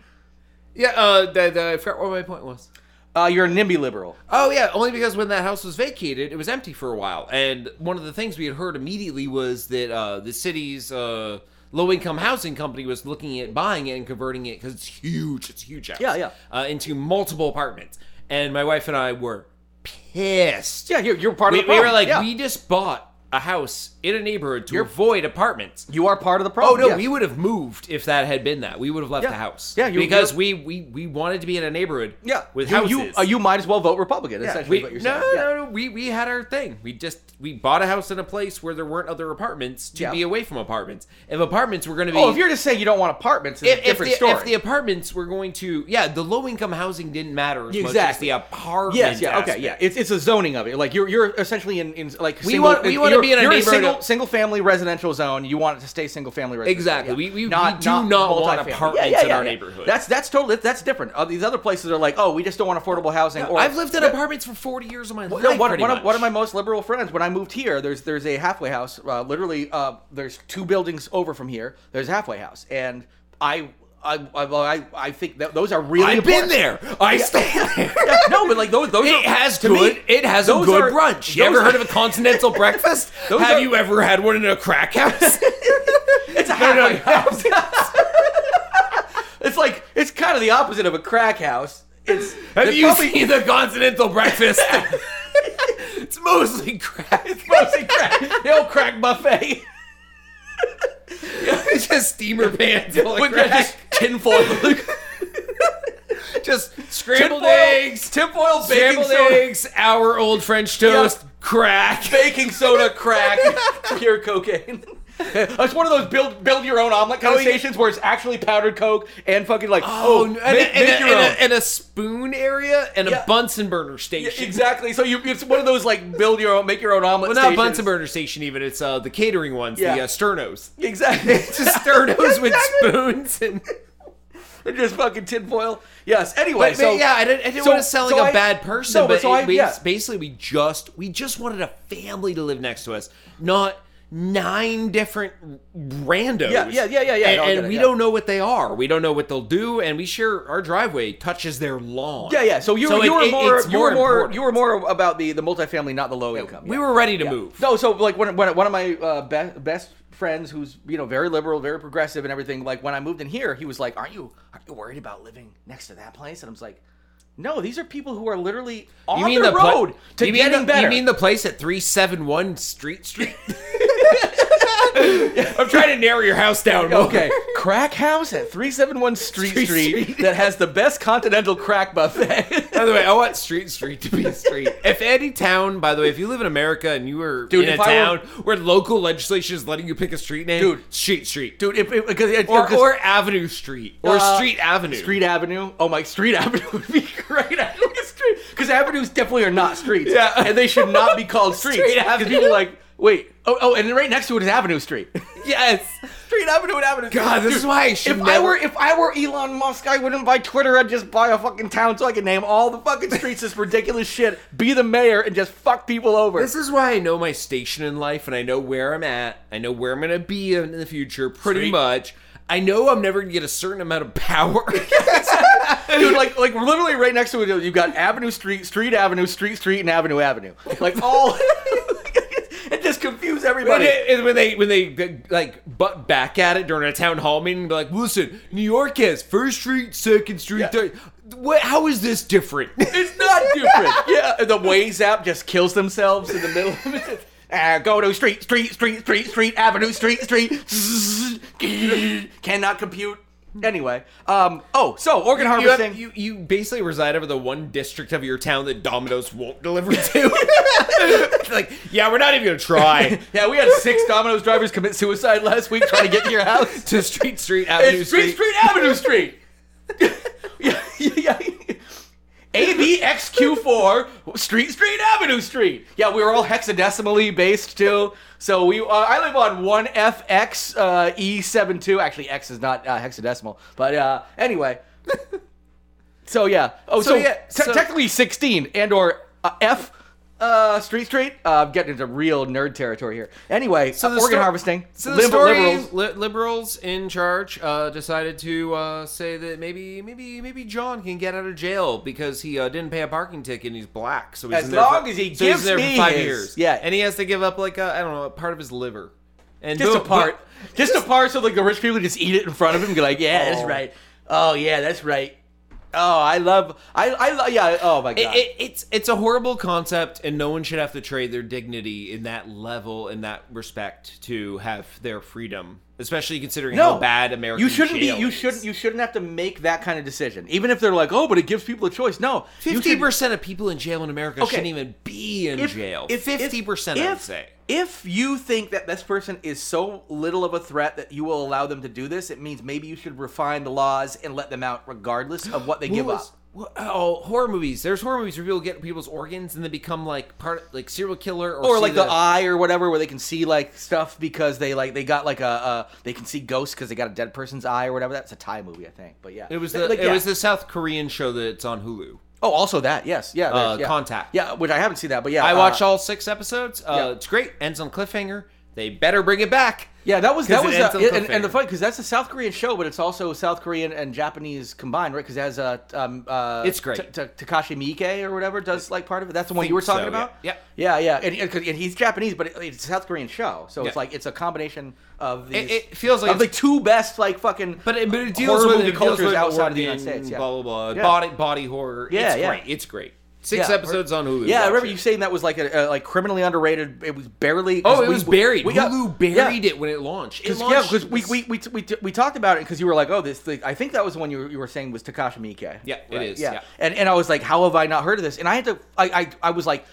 Speaker 2: Yeah, uh, the, the, I forgot what my point was.
Speaker 3: Uh, you're a NIMBY liberal.
Speaker 2: Oh yeah, only because when that house was vacated, it was empty for a while, and one of the things we had heard immediately was that uh, the city's uh, low-income housing company was looking at buying it and converting it because it's huge. It's a huge house.
Speaker 3: Yeah, yeah.
Speaker 2: Uh, into multiple apartments, and my wife and I were pissed.
Speaker 3: Yeah, you're, you're part
Speaker 2: we,
Speaker 3: of the
Speaker 2: we
Speaker 3: problem.
Speaker 2: were like,
Speaker 3: yeah.
Speaker 2: we just bought a house in a neighborhood to avoid apartments.
Speaker 3: you are part of the
Speaker 2: Oh
Speaker 3: problem.
Speaker 2: no,
Speaker 3: yeah.
Speaker 2: we would have moved if that had been that. We would have left
Speaker 3: Yeah.
Speaker 2: the house.
Speaker 3: Yeah, you-
Speaker 2: because
Speaker 3: you're-
Speaker 2: we, we we wanted to be in a neighborhood.
Speaker 3: yeah.
Speaker 2: with
Speaker 3: you,
Speaker 2: houses.
Speaker 3: you, uh, you might as well vote Republican.
Speaker 2: Yeah, we,
Speaker 3: essentially, is what you're
Speaker 2: no,
Speaker 3: saying. Yeah.
Speaker 2: no, no. We we had our thing. We just we bought a house in a place where there weren't other apartments to
Speaker 3: Yeah.
Speaker 2: be away from apartments. If apartments were going to be,
Speaker 3: Oh, if you're just saying you don't want apartments, it's
Speaker 2: if,
Speaker 3: a
Speaker 2: if
Speaker 3: different
Speaker 2: the,
Speaker 3: story.
Speaker 2: if the apartments were going to, yeah, the low income housing didn't matter as much as
Speaker 3: Exactly.
Speaker 2: the apartment.
Speaker 3: Yes, yeah, okay,
Speaker 2: aspect.
Speaker 3: yeah. It's it's a zoning of it. Like you're you're essentially in, in like
Speaker 2: We want- we wanna
Speaker 3: you're-
Speaker 2: be in a
Speaker 3: you're
Speaker 2: neighborhood
Speaker 3: single
Speaker 2: of-
Speaker 3: single family residential zone. You want it to stay single family residential.
Speaker 2: Exactly.
Speaker 3: yeah.
Speaker 2: We- we- we do not want
Speaker 3: multifamily.
Speaker 2: apartments in our neighborhood.
Speaker 3: That's that's totally that's different. Uh, these other places are like, oh, we just don't want affordable housing. or
Speaker 2: I've lived in
Speaker 3: Yeah.
Speaker 2: apartments for forty years of my
Speaker 3: Well,
Speaker 2: life.
Speaker 3: no, one,
Speaker 2: pretty
Speaker 3: one, of,
Speaker 2: much.
Speaker 3: one of my most liberal friends. When I moved here, there's there's a halfway house. Uh, literally, uh, there's two buildings over from here. There's a halfway house, and I I I, well, I, I think that those are really.
Speaker 2: I've been
Speaker 3: important.
Speaker 2: there. I stay there.
Speaker 3: Yeah, no, but like those those
Speaker 2: It
Speaker 3: are,
Speaker 2: has
Speaker 3: to
Speaker 2: good.
Speaker 3: me,
Speaker 2: it has a
Speaker 3: those
Speaker 2: good
Speaker 3: are-
Speaker 2: brunch. You
Speaker 3: those
Speaker 2: ever heard
Speaker 3: are-
Speaker 2: of a continental breakfast?
Speaker 3: Those
Speaker 2: Have
Speaker 3: are-
Speaker 2: you ever had one in a crack house?
Speaker 3: It's a
Speaker 2: no,
Speaker 3: halfway
Speaker 2: no.
Speaker 3: house. it's like it's kind of the opposite of a crack house. It's
Speaker 2: Have
Speaker 3: they're
Speaker 2: you
Speaker 3: probably-
Speaker 2: seen the continental breakfast? it's mostly crack.
Speaker 3: mostly crack, the old crack buffet
Speaker 2: It's just steamer pans full of
Speaker 3: with
Speaker 2: crack.
Speaker 3: just tinfoil,
Speaker 2: Just, scrambled
Speaker 3: tinfoil
Speaker 2: eggs,
Speaker 3: tinfoil baking
Speaker 2: scrambled
Speaker 3: soda,
Speaker 2: eggs, our old French toast, crack.
Speaker 3: baking soda crack, pure cocaine. It's one of those build build your own omelet kind
Speaker 2: Oh,
Speaker 3: of
Speaker 2: yeah.
Speaker 3: stations where it's actually powdered coke and fucking like oh,
Speaker 2: Oh, and, a- and
Speaker 3: make,
Speaker 2: a-
Speaker 3: make your
Speaker 2: and a-
Speaker 3: own.
Speaker 2: and a spoon area and
Speaker 3: Yeah.
Speaker 2: a Bunsen burner
Speaker 3: Yeah,
Speaker 2: station.
Speaker 3: exactly. So you it's one of those like build your own make your own omelet
Speaker 2: Well, not
Speaker 3: stations.
Speaker 2: Bunsen burner station even. It's uh, the catering ones, the
Speaker 3: Yeah.
Speaker 2: uh, Sternos.
Speaker 3: Exactly.
Speaker 2: It's just Sternos with spoons and.
Speaker 3: They're just fucking tinfoil. Yes. Anyway,
Speaker 2: But,
Speaker 3: so
Speaker 2: yeah, I didn't, I didn't
Speaker 3: so-
Speaker 2: want to sound like
Speaker 3: so
Speaker 2: a
Speaker 3: I-
Speaker 2: bad person,
Speaker 3: no,
Speaker 2: but
Speaker 3: so
Speaker 2: it-
Speaker 3: I-
Speaker 2: we-
Speaker 3: yeah.
Speaker 2: basically we just we just wanted a family to live next to us, not nine different randos.
Speaker 3: Yeah, yeah, yeah, yeah, yeah,
Speaker 2: And,
Speaker 3: no, I get
Speaker 2: and
Speaker 3: it,
Speaker 2: we
Speaker 3: yeah.
Speaker 2: don't know what they are. We don't know what they'll do, and we share our driveway touches their lawn.
Speaker 3: Yeah, yeah. So you, you
Speaker 2: it-
Speaker 3: were
Speaker 2: it-
Speaker 3: more,
Speaker 2: it's
Speaker 3: you were more,
Speaker 2: important.
Speaker 3: you were more about the the multifamily, not the low income.
Speaker 2: We
Speaker 3: yeah.
Speaker 2: were ready to move.
Speaker 3: No, so like one one one of my uh, best best friends, who's you know very liberal, very progressive, and everything. Like when I moved in here, he was like, "Aren't you aren't you worried about living next to that place?" And I was like, "No, these are people who are literally on
Speaker 2: You mean
Speaker 3: the,
Speaker 2: the pla-
Speaker 3: road to
Speaker 2: you mean
Speaker 3: getting
Speaker 2: the,
Speaker 3: better."
Speaker 2: You mean the place at three seven one Street Street? I'm trying to narrow your house down. more.
Speaker 3: okay, crack house at 371 Street
Speaker 2: Street
Speaker 3: Street,
Speaker 2: Street.
Speaker 3: that has the best continental crack buffet.
Speaker 2: By the way, I want Street Street to be a street. If any town, by the way, if you live in America and you are
Speaker 3: Dude,
Speaker 2: in a
Speaker 3: if I were-
Speaker 2: town where local legislation is letting you pick a street name,
Speaker 3: Dude.
Speaker 2: Street Street,
Speaker 3: Dude, if, if, because it-
Speaker 2: or,
Speaker 3: because-
Speaker 2: or Avenue Street, or
Speaker 3: Uh,
Speaker 2: Street Avenue,
Speaker 3: Street Avenue. Oh my, Street Avenue would be great. I think it's Street because avenues definitely are not streets.
Speaker 2: Yeah.
Speaker 3: and they should not be called streets.
Speaker 2: Street
Speaker 3: Because
Speaker 2: Avenue.
Speaker 3: people are like wait. Oh, oh, and then right next to it is Avenue Street.
Speaker 2: Yes,
Speaker 3: Street Avenue and Avenue.
Speaker 2: God, this is why I should
Speaker 3: If I
Speaker 2: never-
Speaker 3: were if I were Elon Musk, I wouldn't buy Twitter. I'd just buy a fucking town so I could name all the fucking streets this ridiculous shit. Be the mayor and just fuck people over.
Speaker 2: This is why I know my station in life and I know where I'm at. I know where I'm going to be in the future pretty
Speaker 3: Sweet.
Speaker 2: much. I know I'm never going to get a certain amount of power.
Speaker 3: Dude, like, like literally right next to it, you've got Avenue Street, Street Avenue, Street Street, and Avenue Avenue. Like all, it just confused
Speaker 2: When
Speaker 3: everybody.
Speaker 2: they, when they when they like butt back at it during a town hall meeting, and be like, "Listen, New York has First Street, Second Street.
Speaker 3: Yeah.
Speaker 2: Third. What? How is this different?"
Speaker 3: It's not different. yeah, and the Waze app just kills themselves in the middle of it. Ah, go to street, street, street, street, street, avenue, street, street. Zzzz. Cannot compute. Anyway, um, oh, so organ
Speaker 2: you, have-
Speaker 3: harvesting.
Speaker 2: you you basically reside over the one district of your town that Domino's won't deliver to. It's like, yeah, we're not even gonna try
Speaker 3: yeah, we had six Domino's drivers commit suicide last week trying to get to your house.
Speaker 2: to Street Street Avenue
Speaker 3: it's Street, Street, Avenue Street. yeah, yeah, yeah. ABXQ4 Street Street Avenue Street. Yeah, we were all hexadecimally based too. So we, uh, I live on one FX uh, E72. Actually, X is not uh, hexadecimal, but uh, anyway. so yeah. Oh, so,
Speaker 2: So, yeah,
Speaker 3: te-
Speaker 2: so-
Speaker 3: technically 16 and or uh, F. Uh, street, street. Uh, I'm getting into real nerd territory here. Anyway,
Speaker 2: So
Speaker 3: uh,
Speaker 2: the
Speaker 3: organ
Speaker 2: sto-
Speaker 3: harvesting.
Speaker 2: So the
Speaker 3: Liber-
Speaker 2: story
Speaker 3: liberals.
Speaker 2: is li- liberals in charge uh, decided to uh, say that maybe maybe maybe John can get out of jail because he uh, didn't pay a parking ticket and he's black. So he's
Speaker 3: As
Speaker 2: in there
Speaker 3: long
Speaker 2: for,
Speaker 3: as he
Speaker 2: so he's
Speaker 3: gives
Speaker 2: in there
Speaker 3: me
Speaker 2: for five
Speaker 3: his-
Speaker 2: years,
Speaker 3: yeah.
Speaker 2: and he has to give up like I I don't know a part of his liver, and
Speaker 3: Just
Speaker 2: boom,
Speaker 3: a part.
Speaker 2: boom.
Speaker 3: Just a part so like the rich people just eat it in front of him and be like, yeah,
Speaker 2: Oh.
Speaker 3: that's right. Oh yeah, that's right. Oh, I love I I love yeah, oh my god.
Speaker 2: It, it, it's it's a horrible concept, and no one should have to trade their dignity in that level, in that respect, to have their freedom. Especially considering how bad American
Speaker 3: You shouldn't
Speaker 2: jail
Speaker 3: be you
Speaker 2: is.
Speaker 3: shouldn't you shouldn't have to make that kind of decision. Even if they're like, "Oh, but it gives people a choice." No. you
Speaker 2: Fifty
Speaker 3: should-
Speaker 2: percent of people in jail in America
Speaker 3: Okay.
Speaker 2: shouldn't even be in
Speaker 3: if-
Speaker 2: jail.
Speaker 3: if- if-
Speaker 2: Fifty percent,
Speaker 3: if-
Speaker 2: I'd say.
Speaker 3: If you think that this person is so little of a threat that you will allow them to do this, it means maybe you should refine the laws and let them out regardless of what they give
Speaker 2: What
Speaker 3: up.
Speaker 2: was- what- Oh, horror movies. There's horror movies where people get people's organs and they become like part, like serial killer, or,
Speaker 3: or
Speaker 2: see
Speaker 3: like the, eye or whatever where they can see like stuff because they like they got like a uh, they can see ghosts because they got a dead person's eye or whatever that's a thai movie i think but yeah
Speaker 2: It was the
Speaker 3: Like,
Speaker 2: it
Speaker 3: yeah.
Speaker 2: was the South Korean show that's on Hulu.
Speaker 3: oh also that yes yeah, there's-
Speaker 2: Uh,
Speaker 3: yeah.
Speaker 2: Contact.
Speaker 3: yeah which i haven't seen that but yeah
Speaker 2: I
Speaker 3: uh,
Speaker 2: watched all six episodes. Uh,
Speaker 3: yeah.
Speaker 2: It's great. Ends on cliffhanger. They better bring it back.
Speaker 3: yeah that was
Speaker 2: 'Cause
Speaker 3: that
Speaker 2: it
Speaker 3: was
Speaker 2: ends
Speaker 3: uh,
Speaker 2: on
Speaker 3: it- and, and the
Speaker 2: cliffhanger.
Speaker 3: funny because that's a south korean show but it's also south korean and japanese combined right because it has a um uh
Speaker 2: It's great.
Speaker 3: Ta- Ta- takashi miike or whatever does like part of it that's the one
Speaker 2: think
Speaker 3: you were talking
Speaker 2: so,
Speaker 3: about
Speaker 2: yeah.
Speaker 3: yeah yeah and, and, 'cause- and he's japanese but it, it's a south korean show so it's
Speaker 2: Yeah.
Speaker 3: like it's a combination of these
Speaker 2: It, it feels like
Speaker 3: of the
Speaker 2: it's-
Speaker 3: two best like fucking
Speaker 2: but it, but it deals
Speaker 3: horror
Speaker 2: with
Speaker 3: movie
Speaker 2: it deals
Speaker 3: cultures
Speaker 2: with
Speaker 3: outside
Speaker 2: organ,
Speaker 3: of the United States. Yeah,
Speaker 2: Blah blah blah.
Speaker 3: Yeah.
Speaker 2: Body body horror.
Speaker 3: Yeah,
Speaker 2: it's
Speaker 3: yeah.
Speaker 2: great. It's great. Six
Speaker 3: Yeah.
Speaker 2: episodes on Hulu.
Speaker 3: yeah. I
Speaker 2: Watch
Speaker 3: remember
Speaker 2: it.
Speaker 3: you saying that was like a, a like criminally underrated. It was barely. 'cause
Speaker 2: Oh, it
Speaker 3: we-
Speaker 2: was
Speaker 3: we-
Speaker 2: buried.
Speaker 3: We got,
Speaker 2: Hulu
Speaker 3: yeah.
Speaker 2: buried it when it launched. It
Speaker 3: 'Cause- yeah,
Speaker 2: launched-
Speaker 3: because we, we, we, we, we talked about it because you were like, oh, this thing. I think that was the one you were, you were saying was Takashi Miike.
Speaker 2: Yeah, it is, yeah.
Speaker 3: And, and I was like, how have I not heard of this? And I had to, I, I, I was like,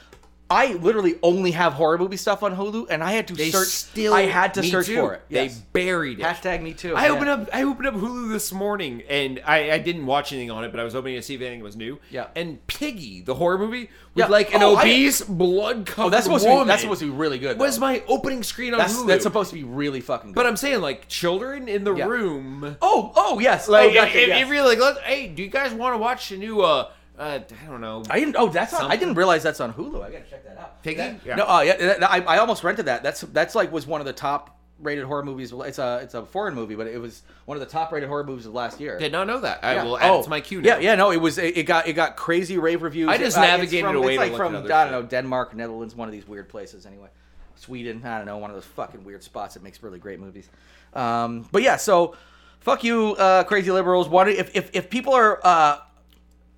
Speaker 3: I literally only have horror movie stuff on Hulu, and I had to
Speaker 2: they
Speaker 3: search.
Speaker 2: still.
Speaker 3: I had to
Speaker 2: me
Speaker 3: search
Speaker 2: too.
Speaker 3: for it. Yes.
Speaker 2: They buried it.
Speaker 3: Hashtag me too.
Speaker 2: I
Speaker 3: yeah.
Speaker 2: opened up I opened up Hulu this morning and I, I didn't watch anything on it, but I was hoping to see if anything was new.
Speaker 3: Yeah.
Speaker 2: And Piggy, the horror movie, with
Speaker 3: Yeah.
Speaker 2: like an
Speaker 3: Oh, I-
Speaker 2: obese, blood covered
Speaker 3: Oh, that's supposed
Speaker 2: woman,
Speaker 3: to be. That's supposed to be really good.
Speaker 2: was
Speaker 3: though.
Speaker 2: my opening screen on
Speaker 3: that's
Speaker 2: Hulu.
Speaker 3: that's supposed to be really fucking good.
Speaker 2: But I'm saying like children in the
Speaker 3: Yeah.
Speaker 2: room.
Speaker 3: Oh, oh yes.
Speaker 2: Like
Speaker 3: oh, gotcha,
Speaker 2: if,
Speaker 3: yes.
Speaker 2: if you're like, look, hey, do you guys want to watch the new? uh uh, I don't know.
Speaker 3: I didn't. Oh, that's on, I didn't realize that's on Hulu. I gotta check that out.
Speaker 2: Piggy?
Speaker 3: That-
Speaker 2: Yeah.
Speaker 3: No, uh, yeah. that- that- I, I almost rented that. That's that's like was one of the top rated horror movies. It's a it's a foreign movie, but it was one of the top rated horror movies of last year.
Speaker 2: did not know that. I
Speaker 3: Yeah.
Speaker 2: will add
Speaker 3: Oh,
Speaker 2: it to my queue. Now.
Speaker 3: Yeah, yeah, no, it was it, it got it got crazy rave reviews.
Speaker 2: I just
Speaker 3: It- uh, it's
Speaker 2: navigated
Speaker 3: from,
Speaker 2: a way
Speaker 3: it's
Speaker 2: to
Speaker 3: like
Speaker 2: look at
Speaker 3: from
Speaker 2: other
Speaker 3: I
Speaker 2: shit.
Speaker 3: don't know Denmark, Netherlands, one of these weird places anyway. Sweden, I don't know, one of those fucking weird spots that makes really great movies. Um, but yeah, so fuck you, uh, crazy liberals. Why do, if, if if people are uh,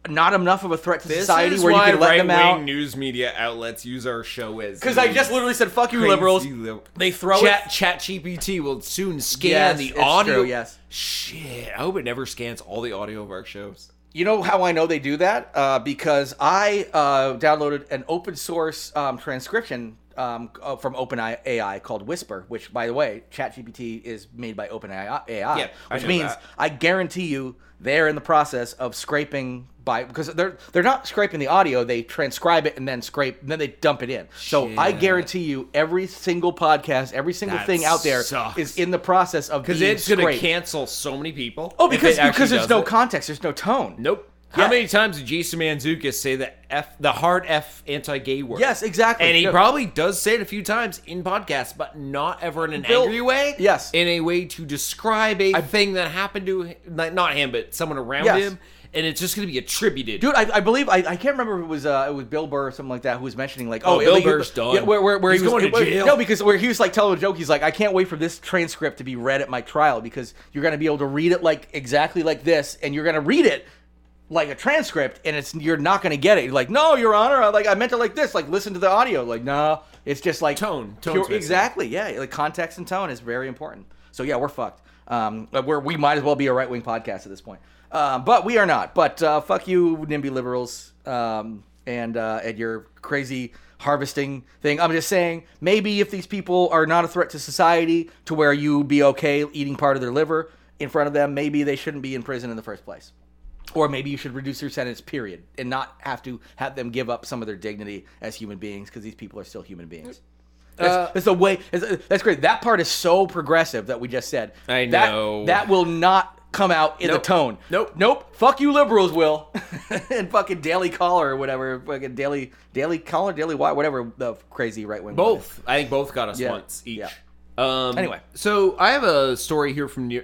Speaker 3: not enough of a threat to
Speaker 2: This
Speaker 3: society
Speaker 2: is
Speaker 3: where you
Speaker 2: why
Speaker 3: can let them
Speaker 2: right-wing
Speaker 3: out.
Speaker 2: news media outlets use our show as
Speaker 3: Because I
Speaker 2: the
Speaker 3: just literally said, "Fuck you,
Speaker 2: crazy
Speaker 3: liberals."
Speaker 2: li-
Speaker 3: They throw
Speaker 2: Chat
Speaker 3: it.
Speaker 2: Chat GPT will soon scan
Speaker 3: Yes,
Speaker 2: the
Speaker 3: it's
Speaker 2: audio.
Speaker 3: true, yes.
Speaker 2: Shit. I hope it never scans all the audio of our shows.
Speaker 3: You know how I know they do that? Uh, because I uh, downloaded an open source um, transcription um, uh, from OpenAI called Whisper, which, by the way, ChatGPT is made by OpenAI, AI,
Speaker 2: Yeah, I
Speaker 3: which
Speaker 2: know
Speaker 3: means
Speaker 2: that.
Speaker 3: I guarantee you they're in the process of scraping by because they're they're not scraping the audio; they transcribe it and then scrape, and then they dump it in. So I
Speaker 2: Shit.
Speaker 3: guarantee you, every single podcast, every single
Speaker 2: That
Speaker 3: thing out there is
Speaker 2: sucks.
Speaker 3: in the process of
Speaker 2: Because
Speaker 3: being
Speaker 2: it's going to
Speaker 3: scraped.
Speaker 2: cancel so many people.
Speaker 3: Oh,
Speaker 2: if it
Speaker 3: because
Speaker 2: actually
Speaker 3: because there's
Speaker 2: does
Speaker 3: no
Speaker 2: it.
Speaker 3: context, there's no tone.
Speaker 2: Nope.
Speaker 3: Yeah.
Speaker 2: How many times did Jason Manzukis say the F, the hard F anti-gay word?
Speaker 3: Yes, exactly.
Speaker 2: And he
Speaker 3: No.
Speaker 2: probably does say it a few times in podcasts, but not ever in an
Speaker 3: Bill-
Speaker 2: angry way.
Speaker 3: Yes.
Speaker 2: in a way to describe a thing that happened to him, like, not him, but someone around
Speaker 3: Yes.
Speaker 2: him, and it's just going to be attributed.
Speaker 3: Dude, I, I believe I, I can't remember if it was uh, it was Bill Burr or something like that who was mentioning like oh,
Speaker 2: Oh, Bill
Speaker 3: like,
Speaker 2: Burr's
Speaker 3: yeah,
Speaker 2: done.
Speaker 3: where, where, where
Speaker 2: He's
Speaker 3: he was,
Speaker 2: going to
Speaker 3: where-
Speaker 2: jail.
Speaker 3: no because where he was like telling a joke he's like I can't wait for this transcript to be read at my trial because you're gonna be able to read it like exactly like this and you're gonna read it like a transcript and it's you're not gonna get it you're like no your honor I, like I meant it like this like listen to the audio like no it's just like
Speaker 2: Tone. Tone's
Speaker 3: pure-
Speaker 2: missing.
Speaker 3: exactly yeah like context and tone is very important so yeah we're fucked um but we're we might as well be a right wing podcast at this point um but we are not but uh fuck you NIMBY liberals um and uh and your crazy harvesting thing I'm just saying maybe if these people are not a threat to society to where you'd be okay eating part of their liver in front of them maybe they shouldn't be in prison in the first place or maybe you should reduce your sentence, period, and not have to have them give up some of their dignity as human beings because these people are still human beings. That's,
Speaker 2: Uh,
Speaker 3: that's the way. That's, that's great. That part is so progressive that we just said.
Speaker 2: I
Speaker 3: That-
Speaker 2: know.
Speaker 3: that will not come out in
Speaker 2: Nope.
Speaker 3: the tone.
Speaker 2: Nope.
Speaker 3: Nope. Fuck you, liberals will, and fucking Daily Caller or whatever. Fucking Daily Daily Caller, Daily Wire, whatever the crazy right wing.
Speaker 2: Both. I think both got us
Speaker 3: Yeah.
Speaker 2: once each.
Speaker 3: Yeah.
Speaker 2: Um,
Speaker 3: Anyway.
Speaker 2: so I have a story here from neu-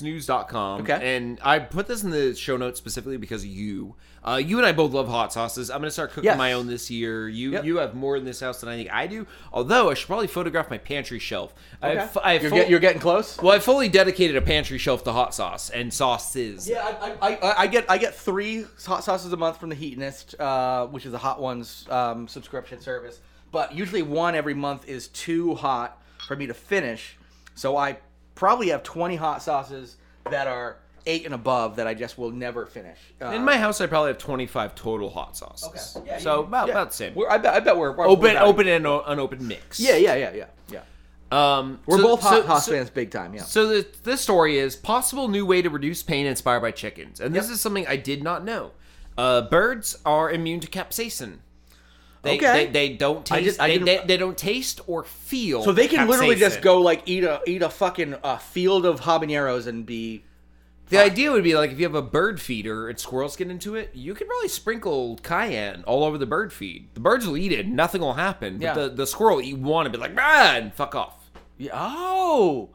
Speaker 2: neurosciencenews.com.
Speaker 3: Okay.
Speaker 2: And I put this in the show notes specifically because you, uh, you and I both love hot sauces. I'm going to start cooking
Speaker 3: Yes.
Speaker 2: my own this year. You
Speaker 3: Yep.
Speaker 2: you have more in this house than I think I do. Although I should probably photograph my pantry shelf. I,
Speaker 3: Okay.
Speaker 2: have, fu- I have
Speaker 3: you're,
Speaker 2: full-
Speaker 3: get- you're getting close.
Speaker 2: well, I fully dedicated a pantry shelf to hot sauce and sauces.
Speaker 3: Yeah, I, I, I, I get I get three hot sauces a month from the Heatonist, uh, which is a Hot Ones um, subscription service. But usually one every month is too hot for me to finish. So I probably have twenty hot sauces that are eight and above that I just will never finish. Uh,
Speaker 2: In my house, I probably have 25 total hot sauces.
Speaker 3: yeah,
Speaker 2: so
Speaker 3: you-
Speaker 2: about,
Speaker 3: yeah.
Speaker 2: about the same.
Speaker 3: We're, I bet I bet we're, we're
Speaker 2: open,
Speaker 3: we're about-
Speaker 2: open, and o- unopened mix.
Speaker 3: Yeah, yeah, yeah, yeah, yeah.
Speaker 2: Um,
Speaker 3: We're
Speaker 2: so-
Speaker 3: both hot,
Speaker 2: so-
Speaker 3: hot
Speaker 2: so-
Speaker 3: fans, big time. Yeah.
Speaker 2: So the, this story is possible new way to reduce pain inspired by chickens, and this is something I did not know. Uh, birds are immune to capsaicin. They, they,
Speaker 3: Okay.
Speaker 2: they don't taste.
Speaker 3: I just- I
Speaker 2: they,
Speaker 3: didn't-
Speaker 2: they, they don't taste or feel.
Speaker 3: So they can literally just
Speaker 2: capsaicin.
Speaker 3: go like eat a eat a fucking uh, field of habaneros and be
Speaker 2: The idea would be like if you have a bird feeder and squirrels get into it, you could probably sprinkle cayenne all over the bird feed. The birds will eat it, nothing will happen. But
Speaker 3: Yeah.
Speaker 2: the, the squirrel will eat one and be like, ah, and fuck off.
Speaker 3: Yeah. Oh.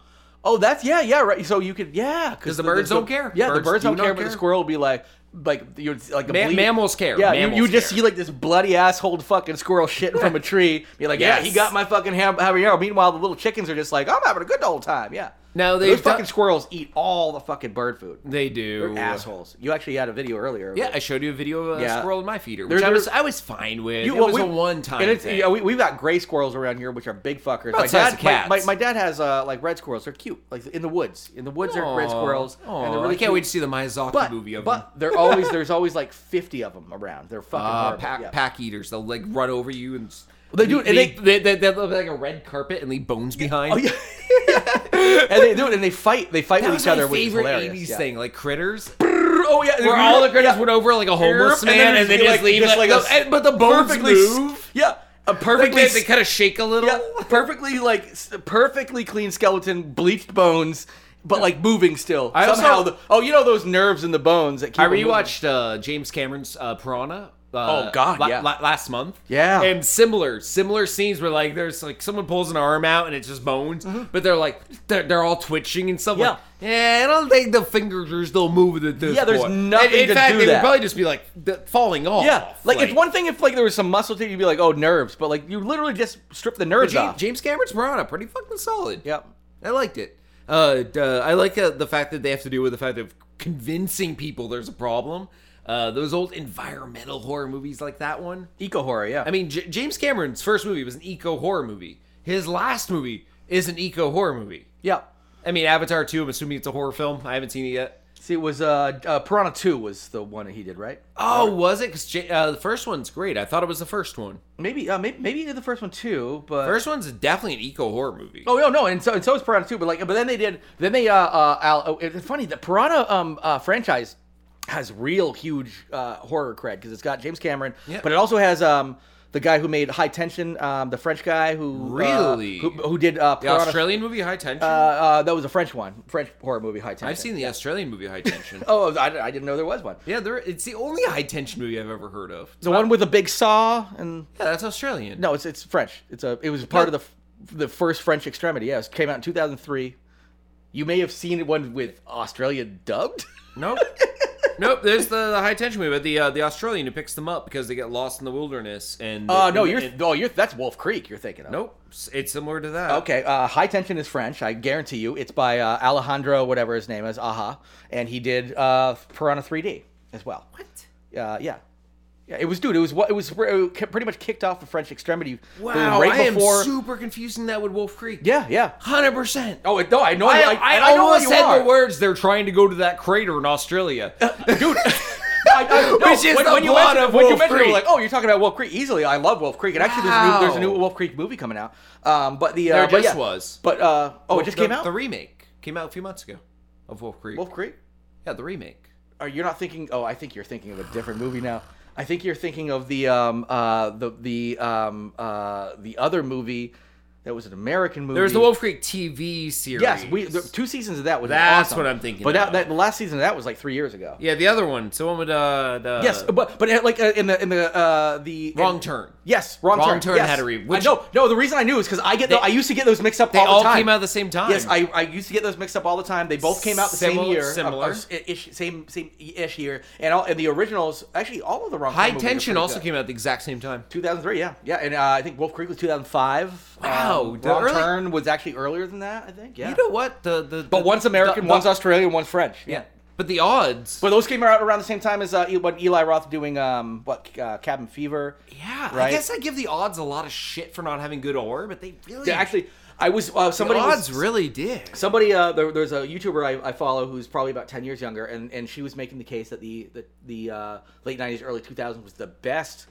Speaker 3: Oh, that's yeah, yeah, right. So you could yeah,
Speaker 2: 'Cause the birds don't care.
Speaker 3: Yeah,
Speaker 2: Birds
Speaker 3: the birds
Speaker 2: do
Speaker 3: don't
Speaker 2: not
Speaker 3: care, but
Speaker 2: care.
Speaker 3: the squirrel will be like, like you like the
Speaker 2: Ma-
Speaker 3: bleed-
Speaker 2: mammals care.
Speaker 3: Yeah,
Speaker 2: Mammals
Speaker 3: you, you just
Speaker 2: care.
Speaker 3: see like this bloody asshole fucking squirrel shitting from a tree. Be like, yeah, he
Speaker 2: Yes.
Speaker 3: got my fucking ham- habanero. Meanwhile, the little chickens are just like, I'm having a good old time. Yeah.
Speaker 2: Now,
Speaker 3: those
Speaker 2: they've
Speaker 3: fucking
Speaker 2: done-
Speaker 3: squirrels eat all the fucking bird food.
Speaker 2: They do.
Speaker 3: They're assholes. You actually had a video earlier. of
Speaker 2: Yeah,
Speaker 3: it.
Speaker 2: I showed you a video of a
Speaker 3: Yeah.
Speaker 2: squirrel in my feeder,
Speaker 3: They're-
Speaker 2: which I
Speaker 3: they're-
Speaker 2: was I was fine with.
Speaker 3: You-
Speaker 2: it
Speaker 3: well,
Speaker 2: was
Speaker 3: we-
Speaker 2: a one time.
Speaker 3: and it's- yeah, we, we've got gray squirrels around here, which are big fuckers.
Speaker 2: About
Speaker 3: My
Speaker 2: size
Speaker 3: dad,
Speaker 2: of
Speaker 3: my, my,
Speaker 2: cats.
Speaker 3: my dad has uh, like red squirrels. They're cute, like in the woods. In the woods, are red squirrels, and they're really
Speaker 2: I can't wait
Speaker 3: cute.
Speaker 2: to see the Miyazaki
Speaker 3: but,
Speaker 2: movie of
Speaker 3: but
Speaker 2: them.
Speaker 3: they're always there's always like 50 of them around. They're fucking
Speaker 2: Uh,
Speaker 3: horrible.
Speaker 2: pack
Speaker 3: yeah.
Speaker 2: pack eaters. They'll like run over you and s-
Speaker 3: They do, and
Speaker 2: They they
Speaker 3: they-
Speaker 2: they they look like a red carpet and leave bones behind.
Speaker 3: Oh, yeah. and they do it, and they fight. They fight
Speaker 2: That
Speaker 3: with
Speaker 2: was
Speaker 3: each other,
Speaker 2: my
Speaker 3: which is
Speaker 2: favorite
Speaker 3: hilarious.
Speaker 2: 80s
Speaker 3: yeah.
Speaker 2: thing, like critters,
Speaker 3: Oh yeah,
Speaker 2: where all the critters went over like a homeless
Speaker 3: And then
Speaker 2: man, and
Speaker 3: it'd
Speaker 2: they
Speaker 3: be
Speaker 2: just
Speaker 3: like-
Speaker 2: leave.
Speaker 3: just
Speaker 2: like,
Speaker 3: like a
Speaker 2: the- and- but the bones
Speaker 3: perfectly s-
Speaker 2: move.
Speaker 3: Yeah, a
Speaker 2: Like
Speaker 3: perfectly
Speaker 2: they,
Speaker 3: s-
Speaker 2: they kind of shake a little.
Speaker 3: yeah, perfectly like s- perfectly clean skeleton, bleached bones, but like moving still.
Speaker 2: I also-
Speaker 3: Somehow, the, oh, you know those nerves in the bones that keep.
Speaker 2: I
Speaker 3: them moving.
Speaker 2: rewatched uh, James Cameron's uh, Piranha. Uh,
Speaker 3: Oh, God,
Speaker 2: la-
Speaker 3: yeah.
Speaker 2: la- last month.
Speaker 3: Yeah.
Speaker 2: And similar, similar scenes where like there's like someone pulls an arm out and it's just bones, but they're like they're, they're all twitching and stuff.
Speaker 3: Mm-hmm. Yeah.
Speaker 2: Like, yeah, I don't think the fingers are still moving at this.
Speaker 3: Yeah, there's
Speaker 2: point."
Speaker 3: nothing
Speaker 2: And In
Speaker 3: to
Speaker 2: fact,
Speaker 3: do
Speaker 2: they would
Speaker 3: that.
Speaker 2: probably just be like th- falling off.
Speaker 3: Yeah, like, it's one thing if like there was some muscle tissue, you'd be like, oh, nerves, but like you literally just strip the nerves
Speaker 2: James,
Speaker 3: off.
Speaker 2: James Cameron's Piranha, pretty fucking solid.
Speaker 3: Yep.
Speaker 2: I liked it. Uh, d- uh, I like uh, the fact that they have to deal with the fact of convincing people there's a problem. Uh, those old environmental horror movies like that one.
Speaker 3: Eco horror, yeah.
Speaker 2: I mean, J- James Cameron's first movie was an eco horror movie. His last movie is an eco horror movie.
Speaker 3: yeah.
Speaker 2: I mean, Avatar 2, I'm assuming it's a horror film. I haven't seen it yet.
Speaker 3: See, it was uh, uh Piranha Two was the one that he did, right?
Speaker 2: Oh, was it? Because J- uh, the first one's great. I thought it was the first one.
Speaker 3: Maybe, uh, maybe, maybe he did the first one too, but
Speaker 2: First one's definitely an eco horror movie.
Speaker 3: Oh no, no, and so and so is Piranha too. But like, but then they did. Then they uh, uh Al, oh, it's funny the Piranha um uh, franchise has real huge uh, horror cred because it's got James Cameron,
Speaker 2: Yeah.
Speaker 3: but it also has um the guy who made High Tension, um the French guy who uh,
Speaker 2: Really?
Speaker 3: who, who did uh
Speaker 2: the
Speaker 3: Piranha,
Speaker 2: Australian movie High Tension?
Speaker 3: uh, uh that was a French one, French horror movie High Tension.
Speaker 2: I've seen the Australian movie High Tension.
Speaker 3: Oh, I, I didn't know there was one.
Speaker 2: Yeah, there, it's the only high tension movie I've ever heard of.
Speaker 3: The one with the big saw and
Speaker 2: Yeah, that's Australian.
Speaker 3: no, it's it's French. It's a it was part of the the first French extremity. Yeah, it came out in 2003. You may have seen one with Australia dubbed.
Speaker 2: Nope. nope. There's the, the high tension movie, but the uh, the Australian who picks them up because they get lost in the wilderness and.
Speaker 3: Uh, no,
Speaker 2: and-
Speaker 3: you're
Speaker 2: and-
Speaker 3: oh, you're that's Wolf Creek. You're thinking of
Speaker 2: nope. It's similar to that.
Speaker 3: Okay, uh, High Tension is French. I guarantee you, it's by uh, Alejandro, whatever his name is, Aha, and he did uh, Piranha 3D as well. What? Uh, yeah, yeah. It was, dude. It was what it was. It pretty much kicked off the French Extremity. boom
Speaker 2: Wow,
Speaker 3: right
Speaker 2: I am
Speaker 3: before-
Speaker 2: super confusing that with Wolf Creek.
Speaker 3: Yeah, yeah.
Speaker 2: Hundred percent.
Speaker 3: Oh it- no, I know.
Speaker 2: I,
Speaker 3: I,
Speaker 2: I,
Speaker 3: and I know
Speaker 2: almost
Speaker 3: what you
Speaker 2: said
Speaker 3: are.
Speaker 2: the words. They're trying to go to that crater in Australia.
Speaker 3: dude. I, I, no,
Speaker 2: Which is
Speaker 3: when,
Speaker 2: the
Speaker 3: when you
Speaker 2: plot
Speaker 3: mentioned,
Speaker 2: of
Speaker 3: when you
Speaker 2: Wolf
Speaker 3: mentioned it,
Speaker 2: Creek.
Speaker 3: like, oh, you're talking about Wolf Creek. Easily, I love Wolf Creek, and actually, there's a new, there's a new
Speaker 2: Wow.
Speaker 3: Wolf Creek movie coming out. Um, but the uh,
Speaker 2: There
Speaker 3: but
Speaker 2: just
Speaker 3: yeah.
Speaker 2: was.
Speaker 3: But uh, oh, it just
Speaker 2: The-
Speaker 3: came out.
Speaker 2: The remake came out a few months ago of Wolf Creek.
Speaker 3: Wolf Creek.
Speaker 2: Yeah, the remake.
Speaker 3: Are you not thinking? Oh, I think you're thinking of a different movie now. I think you're thinking of the um uh the the um uh the other movie that was an American movie.
Speaker 2: There's the Wolf Creek TV series.
Speaker 3: Yes, we the, two seasons of that was
Speaker 2: That's
Speaker 3: awesome.
Speaker 2: what I'm thinking
Speaker 3: But
Speaker 2: of.
Speaker 3: that, that the last season of that was like three years ago.
Speaker 2: Yeah, the other one. Someone with uh, the
Speaker 3: Yes, but but uh, like uh, in the in the uh the
Speaker 2: wrong
Speaker 3: in-
Speaker 2: turn.
Speaker 3: Yes, wrong,
Speaker 2: Wrong
Speaker 3: turn.
Speaker 2: Turn
Speaker 3: yes.
Speaker 2: had a re- which-
Speaker 3: I, no, no. The reason I knew is because I get tho- I used to get those mixed up.
Speaker 2: They
Speaker 3: all,
Speaker 2: all
Speaker 3: the time.
Speaker 2: came out at the same time.
Speaker 3: Yes, I, I used to get those mixed up all the time. They both came out the same
Speaker 2: Similar-
Speaker 3: year, uh,
Speaker 2: similar.
Speaker 3: uh, ish, same same ish year, and all and the originals actually all of the wrong.
Speaker 2: High Tension also came out at the exact same time.
Speaker 3: 2003, yeah, yeah, and uh, I think Wolf Creek was 2005.
Speaker 2: Wow,
Speaker 3: um,
Speaker 2: the
Speaker 3: Wrong
Speaker 2: early-
Speaker 3: Turn was actually earlier than that, I think. Yeah,
Speaker 2: You know what? The the,
Speaker 3: but one's American, one's Australian, one's French.
Speaker 2: yeah. But the odds.
Speaker 3: But those came out around the same time as uh, E- when Eli Roth doing um what uh, Cabin Fever.
Speaker 2: yeah, I
Speaker 3: right?
Speaker 2: guess I give the odds a lot of shit for not having good horror, but they really
Speaker 3: Yeah, actually, I was uh,
Speaker 2: the
Speaker 3: somebody was-
Speaker 2: odds really did.
Speaker 3: Somebody, uh, there, there's a YouTuber I, I follow who's probably about ten years younger, and, and she was making the case that the the, the uh, late '90s, early 2000s was the best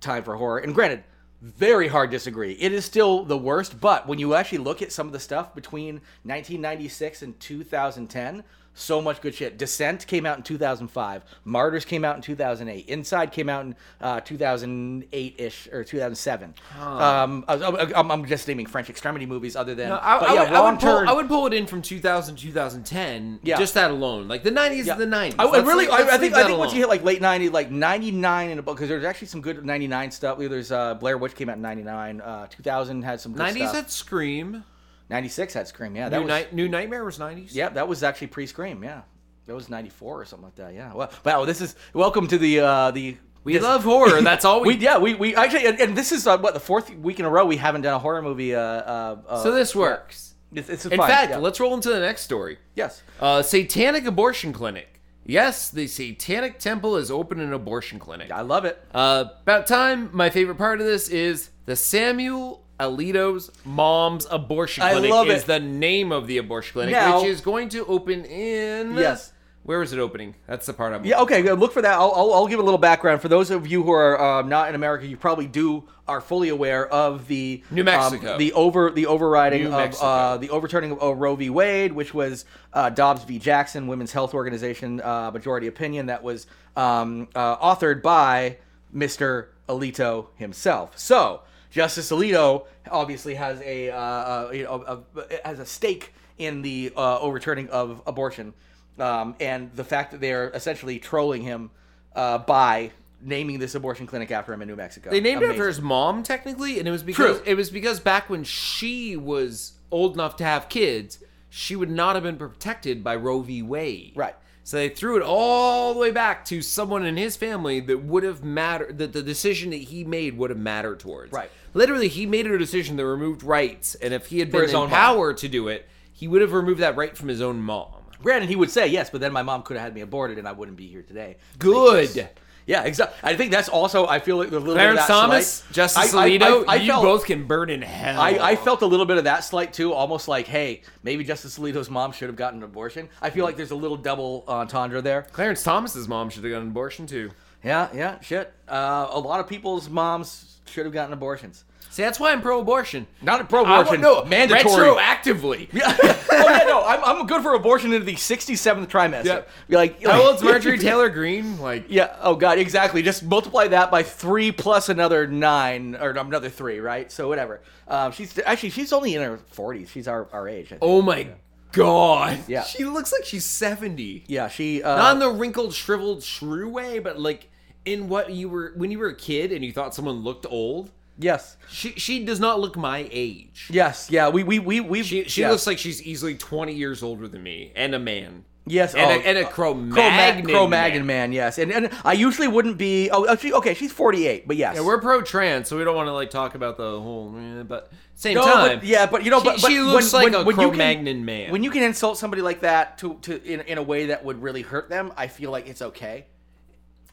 Speaker 3: time for horror. And granted, very hard disagree. It is still the worst, but when you actually look at some of the stuff between 1996 and 2010, so much good shit. Descent came out in 2005. Martyrs came out in 2008. Inside came out in uh, 2008 ish or 2007. Um, I, am just naming French extremity movies other than.
Speaker 2: No, I,
Speaker 3: but
Speaker 2: I
Speaker 3: yeah,
Speaker 2: would, I,
Speaker 3: Wrong
Speaker 2: would pull,
Speaker 3: Turn-
Speaker 2: I would pull it in from 2000 to 2010.
Speaker 3: Yeah.
Speaker 2: Just that alone. Like the 90s
Speaker 3: Yeah.
Speaker 2: is the 90s.
Speaker 3: I, I
Speaker 2: Let's
Speaker 3: really,
Speaker 2: leave-
Speaker 3: I,
Speaker 2: let's
Speaker 3: I
Speaker 2: leave
Speaker 3: think, I
Speaker 2: that
Speaker 3: think once
Speaker 2: alone.
Speaker 3: you hit like late '90, like '99 and above, because there's actually some good '99 stuff. There's uh, Blair Witch came out in '99. Uh, 2000 had some good
Speaker 2: 90s
Speaker 3: stuff.
Speaker 2: had Scream.
Speaker 3: '96 had Scream. Yeah, that
Speaker 2: New,
Speaker 3: was.
Speaker 2: Night, New Nightmare was 90s.
Speaker 3: yeah, that was actually pre-Scream. Yeah, that was '94 or something like that. Yeah. Well, wow. This is welcome to the uh, the.
Speaker 2: We love horror. That's all we,
Speaker 3: We, yeah, we, we actually, and, and this is uh, what the fourth week in a row we haven't done a horror movie. Uh, uh, uh,
Speaker 2: So this works.
Speaker 3: it's, it's
Speaker 2: In
Speaker 3: fun,
Speaker 2: fact,
Speaker 3: yeah.
Speaker 2: let's roll into the next story.
Speaker 3: yes,
Speaker 2: Uh, satanic abortion clinic. Yes, the Satanic Temple is open an abortion clinic.
Speaker 3: I love it.
Speaker 2: Uh, about time. My favorite part of this is the Samuel Alito's mom's abortion
Speaker 3: I
Speaker 2: clinic
Speaker 3: love
Speaker 2: is
Speaker 3: it.
Speaker 2: the name of the abortion clinic,
Speaker 3: Now-
Speaker 2: which is going to open in.
Speaker 3: Yes.
Speaker 2: Where is it opening? That's the part I'm.
Speaker 3: Yeah, okay, good. look for that. I'll, I'll, I'll give a little background. For those of you who are uh, not in America, you probably do are fully aware of the
Speaker 2: New Mexico.
Speaker 3: um, the over the overriding
Speaker 2: New
Speaker 3: of
Speaker 2: Mexico.
Speaker 3: uh, the overturning of uh, Roe v. Wade, which was uh, Dobbs v. Jackson, Women's Health Organization uh, majority opinion that was um, uh, authored by Mr. Alito himself. So Justice Alito obviously has a, uh, uh, you know, a, a- has a stake in the uh, overturning of abortion, um, and the fact that they are essentially trolling him uh, by naming this abortion clinic after him in New Mexico.
Speaker 2: They named it
Speaker 3: Amazing.
Speaker 2: after his mom, technically, and it was because
Speaker 3: True.
Speaker 2: it was because back when she was old enough to have kids, she would not have been protected by Roe v. Wade.
Speaker 3: Right.
Speaker 2: So they threw it all the way back to someone in his family that would have mattered. That the decision that he made would have mattered towards.
Speaker 3: Right.
Speaker 2: Literally, he made a decision that removed rights, and if he had
Speaker 3: For
Speaker 2: been
Speaker 3: his
Speaker 2: in
Speaker 3: own mom.
Speaker 2: power to do it, he would have removed that right from his own mom.
Speaker 3: Granted, he would say yes, but then my mom could have had me aborted, and I wouldn't be here today.
Speaker 2: Good.
Speaker 3: Like, yeah, exactly. I think that's also. I feel like the little
Speaker 2: Clarence
Speaker 3: bit of that
Speaker 2: Thomas,
Speaker 3: slight-
Speaker 2: Justice
Speaker 3: I- I- I-
Speaker 2: Alito,
Speaker 3: I
Speaker 2: you
Speaker 3: felt-
Speaker 2: both Oh. can burn in hell.
Speaker 3: I, I felt a little bit of that slight too, almost like, hey, maybe Justice Alito's mom should have gotten an abortion. I
Speaker 2: Mm.
Speaker 3: feel like there's a little double uh, entendre there.
Speaker 2: Clarence Thomas's mom should have got an abortion too.
Speaker 3: Yeah, yeah, shit. Uh, a lot of people's moms should have gotten abortions.
Speaker 2: See, that's why I'm pro-abortion.
Speaker 3: Not pro
Speaker 2: I want-
Speaker 3: abortion,
Speaker 2: no,
Speaker 3: mandatory.
Speaker 2: retroactively.
Speaker 3: Yeah. oh yeah, no, I'm, I'm good for abortion into the 67th trimester.
Speaker 2: Yeah.
Speaker 3: Be Like,
Speaker 2: How old's Marjorie Taylor Greene? Like,
Speaker 3: Yeah. Oh God. Exactly. Just multiply that by three plus another nine or another three, right? So whatever. Um, she's actually she's only in her forties. She's our, our age. I think.
Speaker 2: oh my god,
Speaker 3: Yeah.
Speaker 2: she looks like she's seventy.
Speaker 3: Yeah. She. Uh,
Speaker 2: Not in the wrinkled, shriveled, shrew way, but like in what you were when you were a kid and you thought someone looked old.
Speaker 3: yes.
Speaker 2: She she does not look my age.
Speaker 3: Yes. Yeah. We we we we.
Speaker 2: She she
Speaker 3: yeah.
Speaker 2: looks like she's easily twenty years older than me and a man.
Speaker 3: Yes.
Speaker 2: and,
Speaker 3: oh,
Speaker 2: a, and a
Speaker 3: uh,
Speaker 2: Cro-Magnon,
Speaker 3: Cro-Mag- Cro-Magnon
Speaker 2: man.
Speaker 3: man. Yes. And and I usually wouldn't be. Oh, she, okay. She's forty eight. But yes.
Speaker 2: Yeah, we're pro trans, so we don't want to like talk about the whole. eh, But same
Speaker 3: No, but-
Speaker 2: time,
Speaker 3: yeah, but you know,
Speaker 2: She-
Speaker 3: but, but
Speaker 2: she looks
Speaker 3: when,
Speaker 2: like
Speaker 3: when,
Speaker 2: a
Speaker 3: when you can-
Speaker 2: Cro-Magnon man.
Speaker 3: When you can insult somebody like that to to in, in a way that would really hurt them, I feel like it's okay.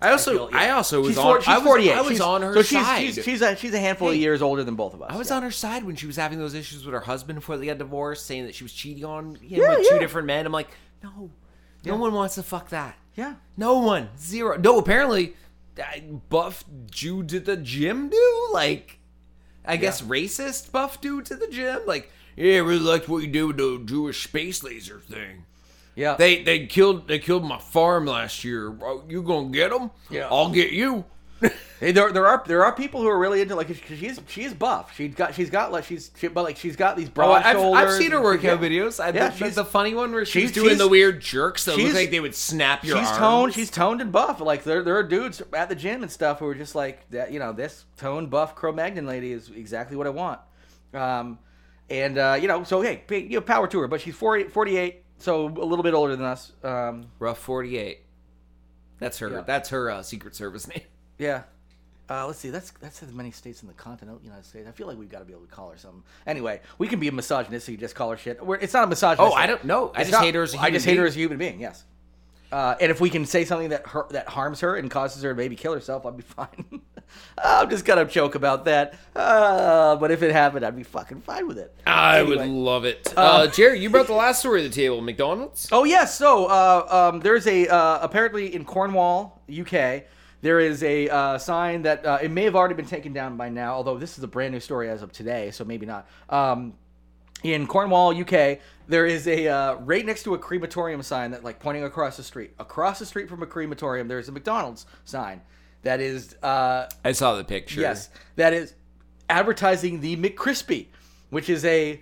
Speaker 2: I also I,
Speaker 3: feel, yeah.
Speaker 2: also was
Speaker 3: she's
Speaker 2: on.
Speaker 3: four- she's
Speaker 2: I was,
Speaker 3: 48.
Speaker 2: I was
Speaker 3: she's,
Speaker 2: on her
Speaker 3: so she's,
Speaker 2: side.
Speaker 3: She's, she's, a, she's a handful of years older than both of us.
Speaker 2: I was on her side when she was having those issues with her husband before they got divorced, saying that she was cheating on him with two
Speaker 3: yeah.
Speaker 2: different men. I'm like, no, no one wants to fuck that.
Speaker 3: Yeah.
Speaker 2: no one, zero. No, apparently, I- buff Jew to the gym, do like, I guess racist buff dude to the gym, like. Yeah, I really liked what you did with the Jewish space laser thing.
Speaker 3: Yeah.
Speaker 2: They they killed they killed my farm last year. Oh, You gonna get them?
Speaker 3: Yeah.
Speaker 2: I'll get you.
Speaker 3: Hey, there, there are there are people who are really into like 'cause she's she's buff. She's got she's got like she's she, but like she's got these
Speaker 2: Oh,
Speaker 3: broad
Speaker 2: I've,
Speaker 3: shoulders.
Speaker 2: I've seen her
Speaker 3: and-
Speaker 2: workout
Speaker 3: yeah.
Speaker 2: videos. I,
Speaker 3: Yeah,
Speaker 2: the,
Speaker 3: she's-
Speaker 2: the funny one where she's,
Speaker 3: she's-
Speaker 2: doing
Speaker 3: she's-
Speaker 2: the weird jerks that look
Speaker 3: she's-
Speaker 2: like they would snap your
Speaker 3: She's
Speaker 2: arms.
Speaker 3: toned. She's toned and buff. Like there, there are dudes at the gym and stuff who are just like that. You know, this toned, buff Cro-Magnon lady is exactly what I want. Um, and uh, you know, so hey, p- you know, power to her. But she's 40, 48, so a little bit older than us. Um,
Speaker 2: rough forty eight. That's her.
Speaker 3: Yeah.
Speaker 2: That's her uh, Secret Service name.
Speaker 3: yeah. Uh, let's see. That's that's as many states in the continental United States. I feel like we've got to be able to call her something. Anyway, we can be misogynistic. Just call her shit. We're, it's not a misogynist.
Speaker 2: Oh, I don't know. I just
Speaker 3: It's not-
Speaker 2: hate her as a
Speaker 3: I just hate
Speaker 2: human
Speaker 3: her as a human being. Yes. Uh, and if we can say something that her, that harms her and causes her to maybe kill herself, I'd be fine. I'm just gonna joke about that. Uh, but if it happened, I'd be fucking fine with it.
Speaker 2: I would
Speaker 3: Anyway.
Speaker 2: love it. Uh, Jerry, you brought the last story to the table. McDonald's.
Speaker 3: Oh yes, so uh, um, there's a uh, apparently in Cornwall, UK, there is a uh, sign that uh, it may have already been taken down by now. Although this is a brand new story as of today, so maybe not. Um, in Cornwall, UK, there is a uh, right next to a crematorium sign that like pointing across the street. Across the street from a crematorium, there is a McDonald's sign that is uh,
Speaker 2: I saw the picture.
Speaker 3: Yes, that is advertising the McCrispy, which is a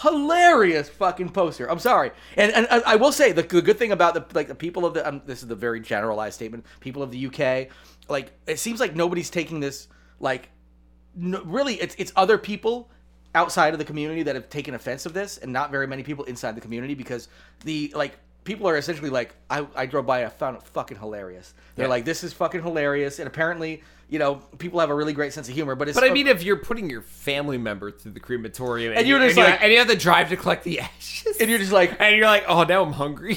Speaker 3: hilarious fucking poster. I'm sorry, and and I, I will say the, the good thing about the like the people of the um, this is the very generalized statement. People of the UK, like it seems like nobody's taking this like no, really it's it's other people outside of the community that have taken offense of this and not very many people inside the community because the like people are essentially like I, I drove by and I found it fucking hilarious. They're
Speaker 2: Yeah.
Speaker 3: like this is fucking hilarious and apparently, you know, people have a really great sense of humor, but it's
Speaker 2: But I mean, if you're putting your family member through the crematorium and,
Speaker 3: you're
Speaker 2: you-
Speaker 3: just
Speaker 2: and
Speaker 3: like-
Speaker 2: and you have to drive to collect the ashes,
Speaker 3: and you're just like
Speaker 2: and you're like, oh, now I'm hungry.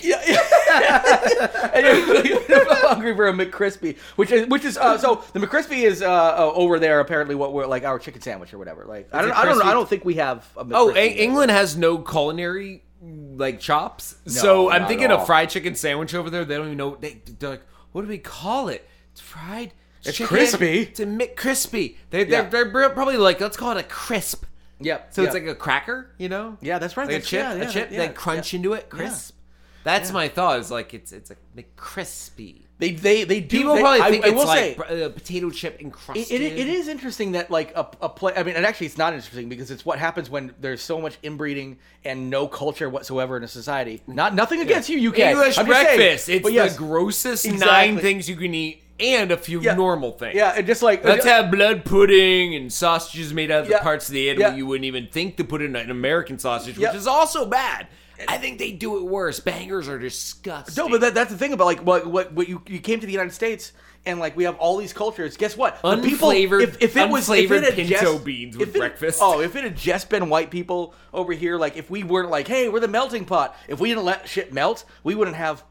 Speaker 3: and you're really hungry for a McCrispy, which is which is uh, so the McCrispy is uh, uh, over there apparently what we're like our chicken sandwich or whatever. Like I don't I don't know, I don't think we have a McCrispy.
Speaker 2: Oh, Eng- England has no culinary like chops, so
Speaker 3: No,
Speaker 2: I'm
Speaker 3: not
Speaker 2: thinking
Speaker 3: at
Speaker 2: a
Speaker 3: all.
Speaker 2: fried chicken sandwich over there. They don't even know. They, they're like, what do we call it? It's fried. It's
Speaker 3: crispy.
Speaker 2: It's a Mc crispy. They, they're,
Speaker 3: Yeah.
Speaker 2: they're br- probably like, let's call it a crisp.
Speaker 3: Yep.
Speaker 2: So it's
Speaker 3: yep.
Speaker 2: like a cracker, you know?
Speaker 3: Yeah, that's right.
Speaker 2: Like a
Speaker 3: That's-
Speaker 2: chip,
Speaker 3: yeah, yeah,
Speaker 2: a chip,
Speaker 3: yeah,
Speaker 2: then crunch into it, crisp. That's my thought. Is like it's it's a McCrispy.
Speaker 3: They they they do.
Speaker 2: People
Speaker 3: they-
Speaker 2: probably
Speaker 3: I-
Speaker 2: think
Speaker 3: I
Speaker 2: it's
Speaker 3: will
Speaker 2: like
Speaker 3: say,
Speaker 2: br- uh, potato chip encrusted.
Speaker 3: it, it, it is interesting that like a, a play. I mean, and actually, it's not interesting because it's what happens when there's so much inbreeding and no culture whatsoever in a society. Not nothing against you, UK.
Speaker 2: English
Speaker 3: I'm just saying.
Speaker 2: breakfast. it's
Speaker 3: But yes,
Speaker 2: the grossest nine
Speaker 3: Exactly.
Speaker 2: things you can eat and a few
Speaker 3: Yeah.
Speaker 2: normal things.
Speaker 3: Yeah, and just like uh,
Speaker 2: Let's have blood pudding and sausages made out of
Speaker 3: Yeah.
Speaker 2: the parts of the animal
Speaker 3: Yeah.
Speaker 2: you wouldn't even think to put in an American sausage,
Speaker 3: Yeah.
Speaker 2: which is also bad. I think they do it worse. Bangers are disgusting.
Speaker 3: No, but that, that's the thing about like what what, what you, you came to the United States and like we have all these cultures. Guess what? The
Speaker 2: Unflavored- unflavored
Speaker 3: had
Speaker 2: pinto beans with
Speaker 3: if it-
Speaker 2: breakfast.
Speaker 3: Oh, if it had just been white people over here, like if we weren't like, hey, we're the melting pot. If we didn't let shit melt, we wouldn't have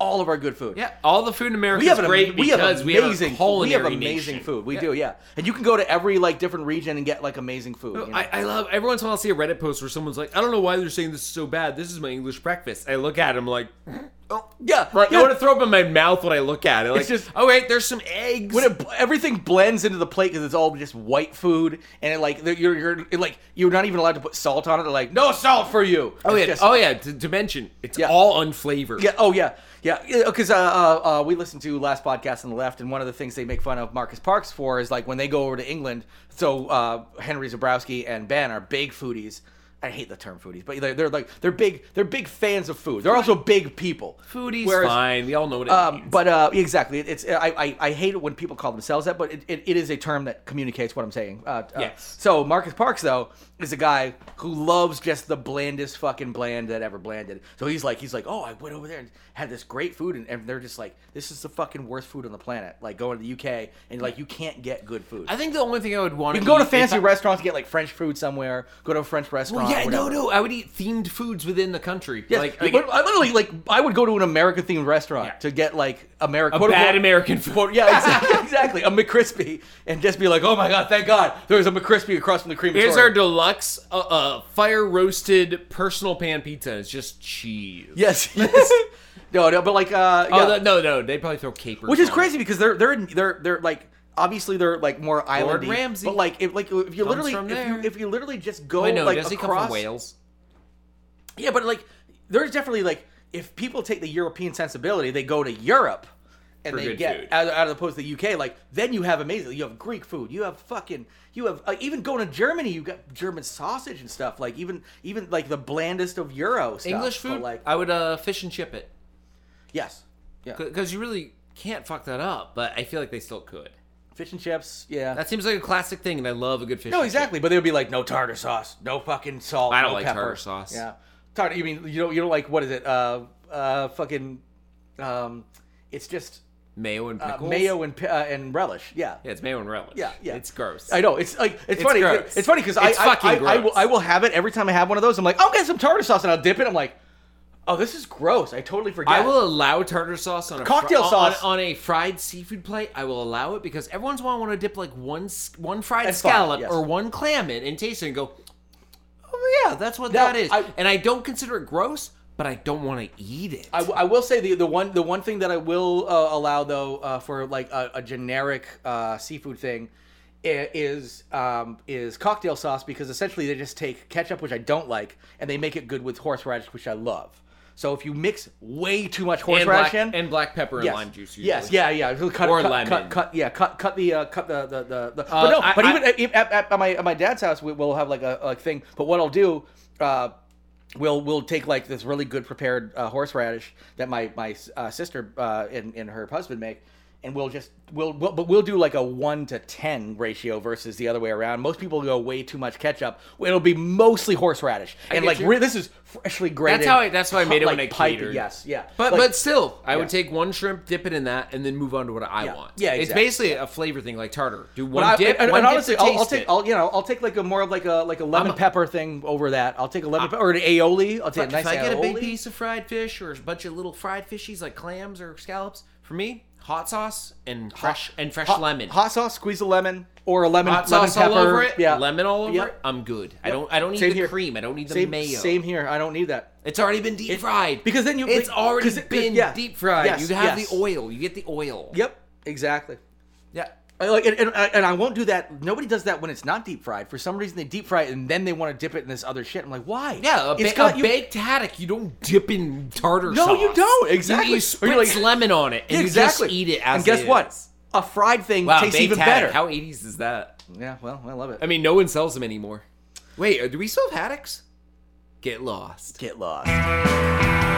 Speaker 3: all of our good food.
Speaker 2: yeah, all the food in America
Speaker 3: We have,
Speaker 2: is
Speaker 3: an,
Speaker 2: great
Speaker 3: we have
Speaker 2: because
Speaker 3: amazing,
Speaker 2: we have a
Speaker 3: we have
Speaker 2: culinary
Speaker 3: amazing
Speaker 2: nation.
Speaker 3: food. We do, yeah. And you can go to every like different region and get like amazing food. you know?
Speaker 2: I, I love every once in a while I see a Reddit post where someone's like, I don't know why they're saying this is so bad. This is my English breakfast. I look at him like, oh,
Speaker 3: yeah,
Speaker 2: right.
Speaker 3: yeah.
Speaker 2: I want to throw up in my mouth when I look at it. Like,
Speaker 3: just-
Speaker 2: oh wait, there's some eggs.
Speaker 3: when it, everything blends into the plate because it's all just white food, and it, like they're- you're, you're it, like you're not even allowed to put salt on it. They're like, no salt for you.
Speaker 2: oh
Speaker 3: It's
Speaker 2: yeah,
Speaker 3: just-
Speaker 2: oh yeah. To, to mention, it's
Speaker 3: Yeah.
Speaker 2: all unflavored.
Speaker 3: yeah, oh yeah, yeah. Because uh, uh, uh, we listened to last podcast on the left, and one of the things they make fun of Marcus Parks for is like when they go over to England. So uh, Henry Zabrowski and Ben are big foodies. I hate the term foodies, but they're, they're like they're big. They're big fans of food. They're also big people.
Speaker 2: Foodies,
Speaker 3: Whereas-
Speaker 2: fine. We all know what it
Speaker 3: Um,
Speaker 2: means.
Speaker 3: but uh, exactly, it- it's I, I I hate it when people call themselves that, but it, it, it is a term that communicates what I'm saying. Uh, uh,
Speaker 2: Yes.
Speaker 3: so Marcus Parks though is a guy who loves just the blandest fucking bland that ever blanded. So he's like he's like, oh, I went over there and had this great food, and, and they're just like, this is the fucking worst food on the planet. Like going to the UK and like you can't get good food.
Speaker 2: I think the only thing I would want
Speaker 3: you
Speaker 2: to
Speaker 3: can go
Speaker 2: eat
Speaker 3: to
Speaker 2: if
Speaker 3: fancy
Speaker 2: I-
Speaker 3: restaurants and get like French food somewhere. Go to a French restaurant.
Speaker 2: Well, yeah,
Speaker 3: or
Speaker 2: no,
Speaker 3: whatever.
Speaker 2: no. I would eat themed foods within the country.
Speaker 3: Yes,
Speaker 2: like,
Speaker 3: like,
Speaker 2: like
Speaker 3: I literally like I would go to an American themed restaurant
Speaker 2: Yeah.
Speaker 3: to get like American
Speaker 2: a bad American food.
Speaker 3: Quote, yeah, exactly, exactly. A McCrispy, and just be like, "Oh my God, thank God, there's a McCrispy across from the cream."
Speaker 2: Here's our
Speaker 3: Victoria."
Speaker 2: deluxe uh, uh, fire roasted personal pan pizza. It's just cheese.
Speaker 3: yes, yes. no, no, but like, uh, yeah.
Speaker 2: Oh the- no, no, they probably throw capers.
Speaker 3: which is
Speaker 2: on it.
Speaker 3: crazy because they're they're in, they're they're like obviously they're like more islandy,
Speaker 2: Ramsay
Speaker 3: but like if like if you literally
Speaker 2: from
Speaker 3: if you,
Speaker 2: there.
Speaker 3: if you literally just go
Speaker 2: Oh, Wait, no,
Speaker 3: like
Speaker 2: does he
Speaker 3: across,
Speaker 2: come from Wales?
Speaker 3: yeah, but like there's definitely like if people take the European sensibility, they go to Europe. And
Speaker 2: For
Speaker 3: they
Speaker 2: good
Speaker 3: get
Speaker 2: food.
Speaker 3: out, out of the post the UK, like then you have amazing. You have Greek food. You have fucking. You have uh, even going to Germany, you got German sausage and stuff. Like even even like the blandest of Euro stuff.
Speaker 2: English
Speaker 3: but,
Speaker 2: food?
Speaker 3: like
Speaker 2: I would uh, fish and chip it
Speaker 3: yes, yeah,
Speaker 2: because you really can't fuck that up. But I feel like they still could.
Speaker 3: fish and chips. Yeah,
Speaker 2: That seems like a classic thing, and I love a good fish.
Speaker 3: no,
Speaker 2: and chip.
Speaker 3: exactly. But they would be like no tartar sauce, no fucking salt.
Speaker 2: I don't
Speaker 3: no
Speaker 2: like
Speaker 3: pepper.
Speaker 2: tartar sauce.
Speaker 3: Yeah, tartar. You mean you don't you don't like what is it? Uh, uh, fucking. Um, it's just
Speaker 2: Mayo and
Speaker 3: uh,
Speaker 2: pickles.
Speaker 3: mayo and pi- uh, and relish. Yeah.
Speaker 2: Yeah, it's mayo and relish.
Speaker 3: Yeah, yeah.
Speaker 2: It's gross.
Speaker 3: I know it's like it's,
Speaker 2: It's
Speaker 3: funny.
Speaker 2: gross.
Speaker 3: It's funny because I
Speaker 2: It's
Speaker 3: I,
Speaker 2: fucking
Speaker 3: I, I will
Speaker 2: gross.
Speaker 3: I will have it every time I have one of those. I'm like, I'll get some tartar sauce and I'll dip it. I'm like, oh, this is gross. I totally forget.
Speaker 2: I will allow tartar sauce on a
Speaker 3: Cocktail
Speaker 2: fri- on-
Speaker 3: sauce.
Speaker 2: on, a fried seafood plate. I will allow it because everyone's want want to dip like one s- one fried
Speaker 3: That's fine,
Speaker 2: scallop
Speaker 3: yes.
Speaker 2: or one clam in and taste it and go, oh yeah, that's what
Speaker 3: No,
Speaker 2: that is.
Speaker 3: I-
Speaker 2: and I don't consider it gross, but I don't want to eat it.
Speaker 3: I, I will say the the one the one thing that I will uh, allow though uh, for like a, a generic uh, seafood thing i- is um, is cocktail sauce because essentially they just take ketchup which I don't like and they make it good with horseradish which I love. So if you mix way too much
Speaker 2: and
Speaker 3: horseradish
Speaker 2: black,
Speaker 3: in,
Speaker 2: and black pepper and
Speaker 3: yes.
Speaker 2: lime juice. Usually.
Speaker 3: Yes, yeah, yeah. Cut,
Speaker 2: Or
Speaker 3: cut,
Speaker 2: lemon.
Speaker 3: Cut, cut, yeah, cut, cut the, uh, cut the, the, the. the
Speaker 2: Uh,
Speaker 3: but no,
Speaker 2: I-
Speaker 3: but
Speaker 2: I-
Speaker 3: even at- at, at, at my at my dad's house, we, we'll have like a, a thing. But what I'll do, uh, we'll we'll take like this really good prepared uh, horseradish that my my uh, sister uh, and and her husband make. And we'll just we'll, we'll but we'll do like a one to ten ratio versus the other way around. Most people go way too much ketchup. It'll be mostly horseradish, and
Speaker 2: get
Speaker 3: like
Speaker 2: you.
Speaker 3: re- this is freshly grated.
Speaker 2: That's how I. That's how I made it
Speaker 3: like,
Speaker 2: when I
Speaker 3: piped-
Speaker 2: catered.
Speaker 3: Yes, yeah.
Speaker 2: But
Speaker 3: Like-
Speaker 2: but still, I
Speaker 3: yeah.
Speaker 2: would take one shrimp, dip it in that, and then move on to what I want.
Speaker 3: yeah,
Speaker 2: It's
Speaker 3: exactly.
Speaker 2: basically a flavor thing, like tartar. Do one
Speaker 3: But I,
Speaker 2: dip,
Speaker 3: and,
Speaker 2: one
Speaker 3: and
Speaker 2: dip to
Speaker 3: honestly, I'll, I'll
Speaker 2: taste
Speaker 3: take
Speaker 2: it.
Speaker 3: I'll, you know I'll take like a more of like a like a lemon pepper thing over that. I'll take a lemon pepper or an aioli. I'll take a
Speaker 2: If
Speaker 3: nice
Speaker 2: I get a big
Speaker 3: aioli.
Speaker 2: piece of fried fish or a bunch of little fried fishies like clams or scallops, for me, hot sauce and fresh and fresh
Speaker 3: hot,
Speaker 2: lemon.
Speaker 3: hot sauce, squeeze a lemon or a lemon,
Speaker 2: Hot
Speaker 3: lemon
Speaker 2: sauce
Speaker 3: pepper.
Speaker 2: all over it,
Speaker 3: yeah,
Speaker 2: lemon all over
Speaker 3: Yep.
Speaker 2: it. I'm good. I don't. I don't need
Speaker 3: Same
Speaker 2: the
Speaker 3: here.
Speaker 2: cream. I don't need the
Speaker 3: Same,
Speaker 2: mayo.
Speaker 3: same here. I don't need that.
Speaker 2: It's already been deep fried.
Speaker 3: because then you-
Speaker 2: It's already
Speaker 3: 'cause it- 'cause-
Speaker 2: been
Speaker 3: yeah.
Speaker 2: deep fried.
Speaker 3: Yes,
Speaker 2: you have
Speaker 3: yes.
Speaker 2: the oil. You get the oil.
Speaker 3: Yep, exactly.
Speaker 2: Yeah.
Speaker 3: I Like and, and, and I won't do that. Nobody does that when it's not deep fried. For some reason, they deep fry it and then they want to dip it in this other shit. I'm like, why?
Speaker 2: Yeah, a,
Speaker 3: It's
Speaker 2: ba-
Speaker 3: got
Speaker 2: a
Speaker 3: you-
Speaker 2: baked haddock. You don't dip in tartar
Speaker 3: No,
Speaker 2: sauce.
Speaker 3: you don't, exactly.
Speaker 2: You,
Speaker 3: Or
Speaker 2: you
Speaker 3: you
Speaker 2: spritz
Speaker 3: like-
Speaker 2: lemon on it and
Speaker 3: exactly.
Speaker 2: you just eat it. As
Speaker 3: and guess
Speaker 2: it
Speaker 3: what?
Speaker 2: is.
Speaker 3: A fried thing
Speaker 2: Wow,
Speaker 3: tastes
Speaker 2: baked
Speaker 3: even
Speaker 2: haddock.
Speaker 3: better.
Speaker 2: How 80s is that?
Speaker 3: yeah, well, I love it.
Speaker 2: I mean, no one sells them anymore. Wait, uh, do we still have haddocks? Get lost.
Speaker 3: get lost.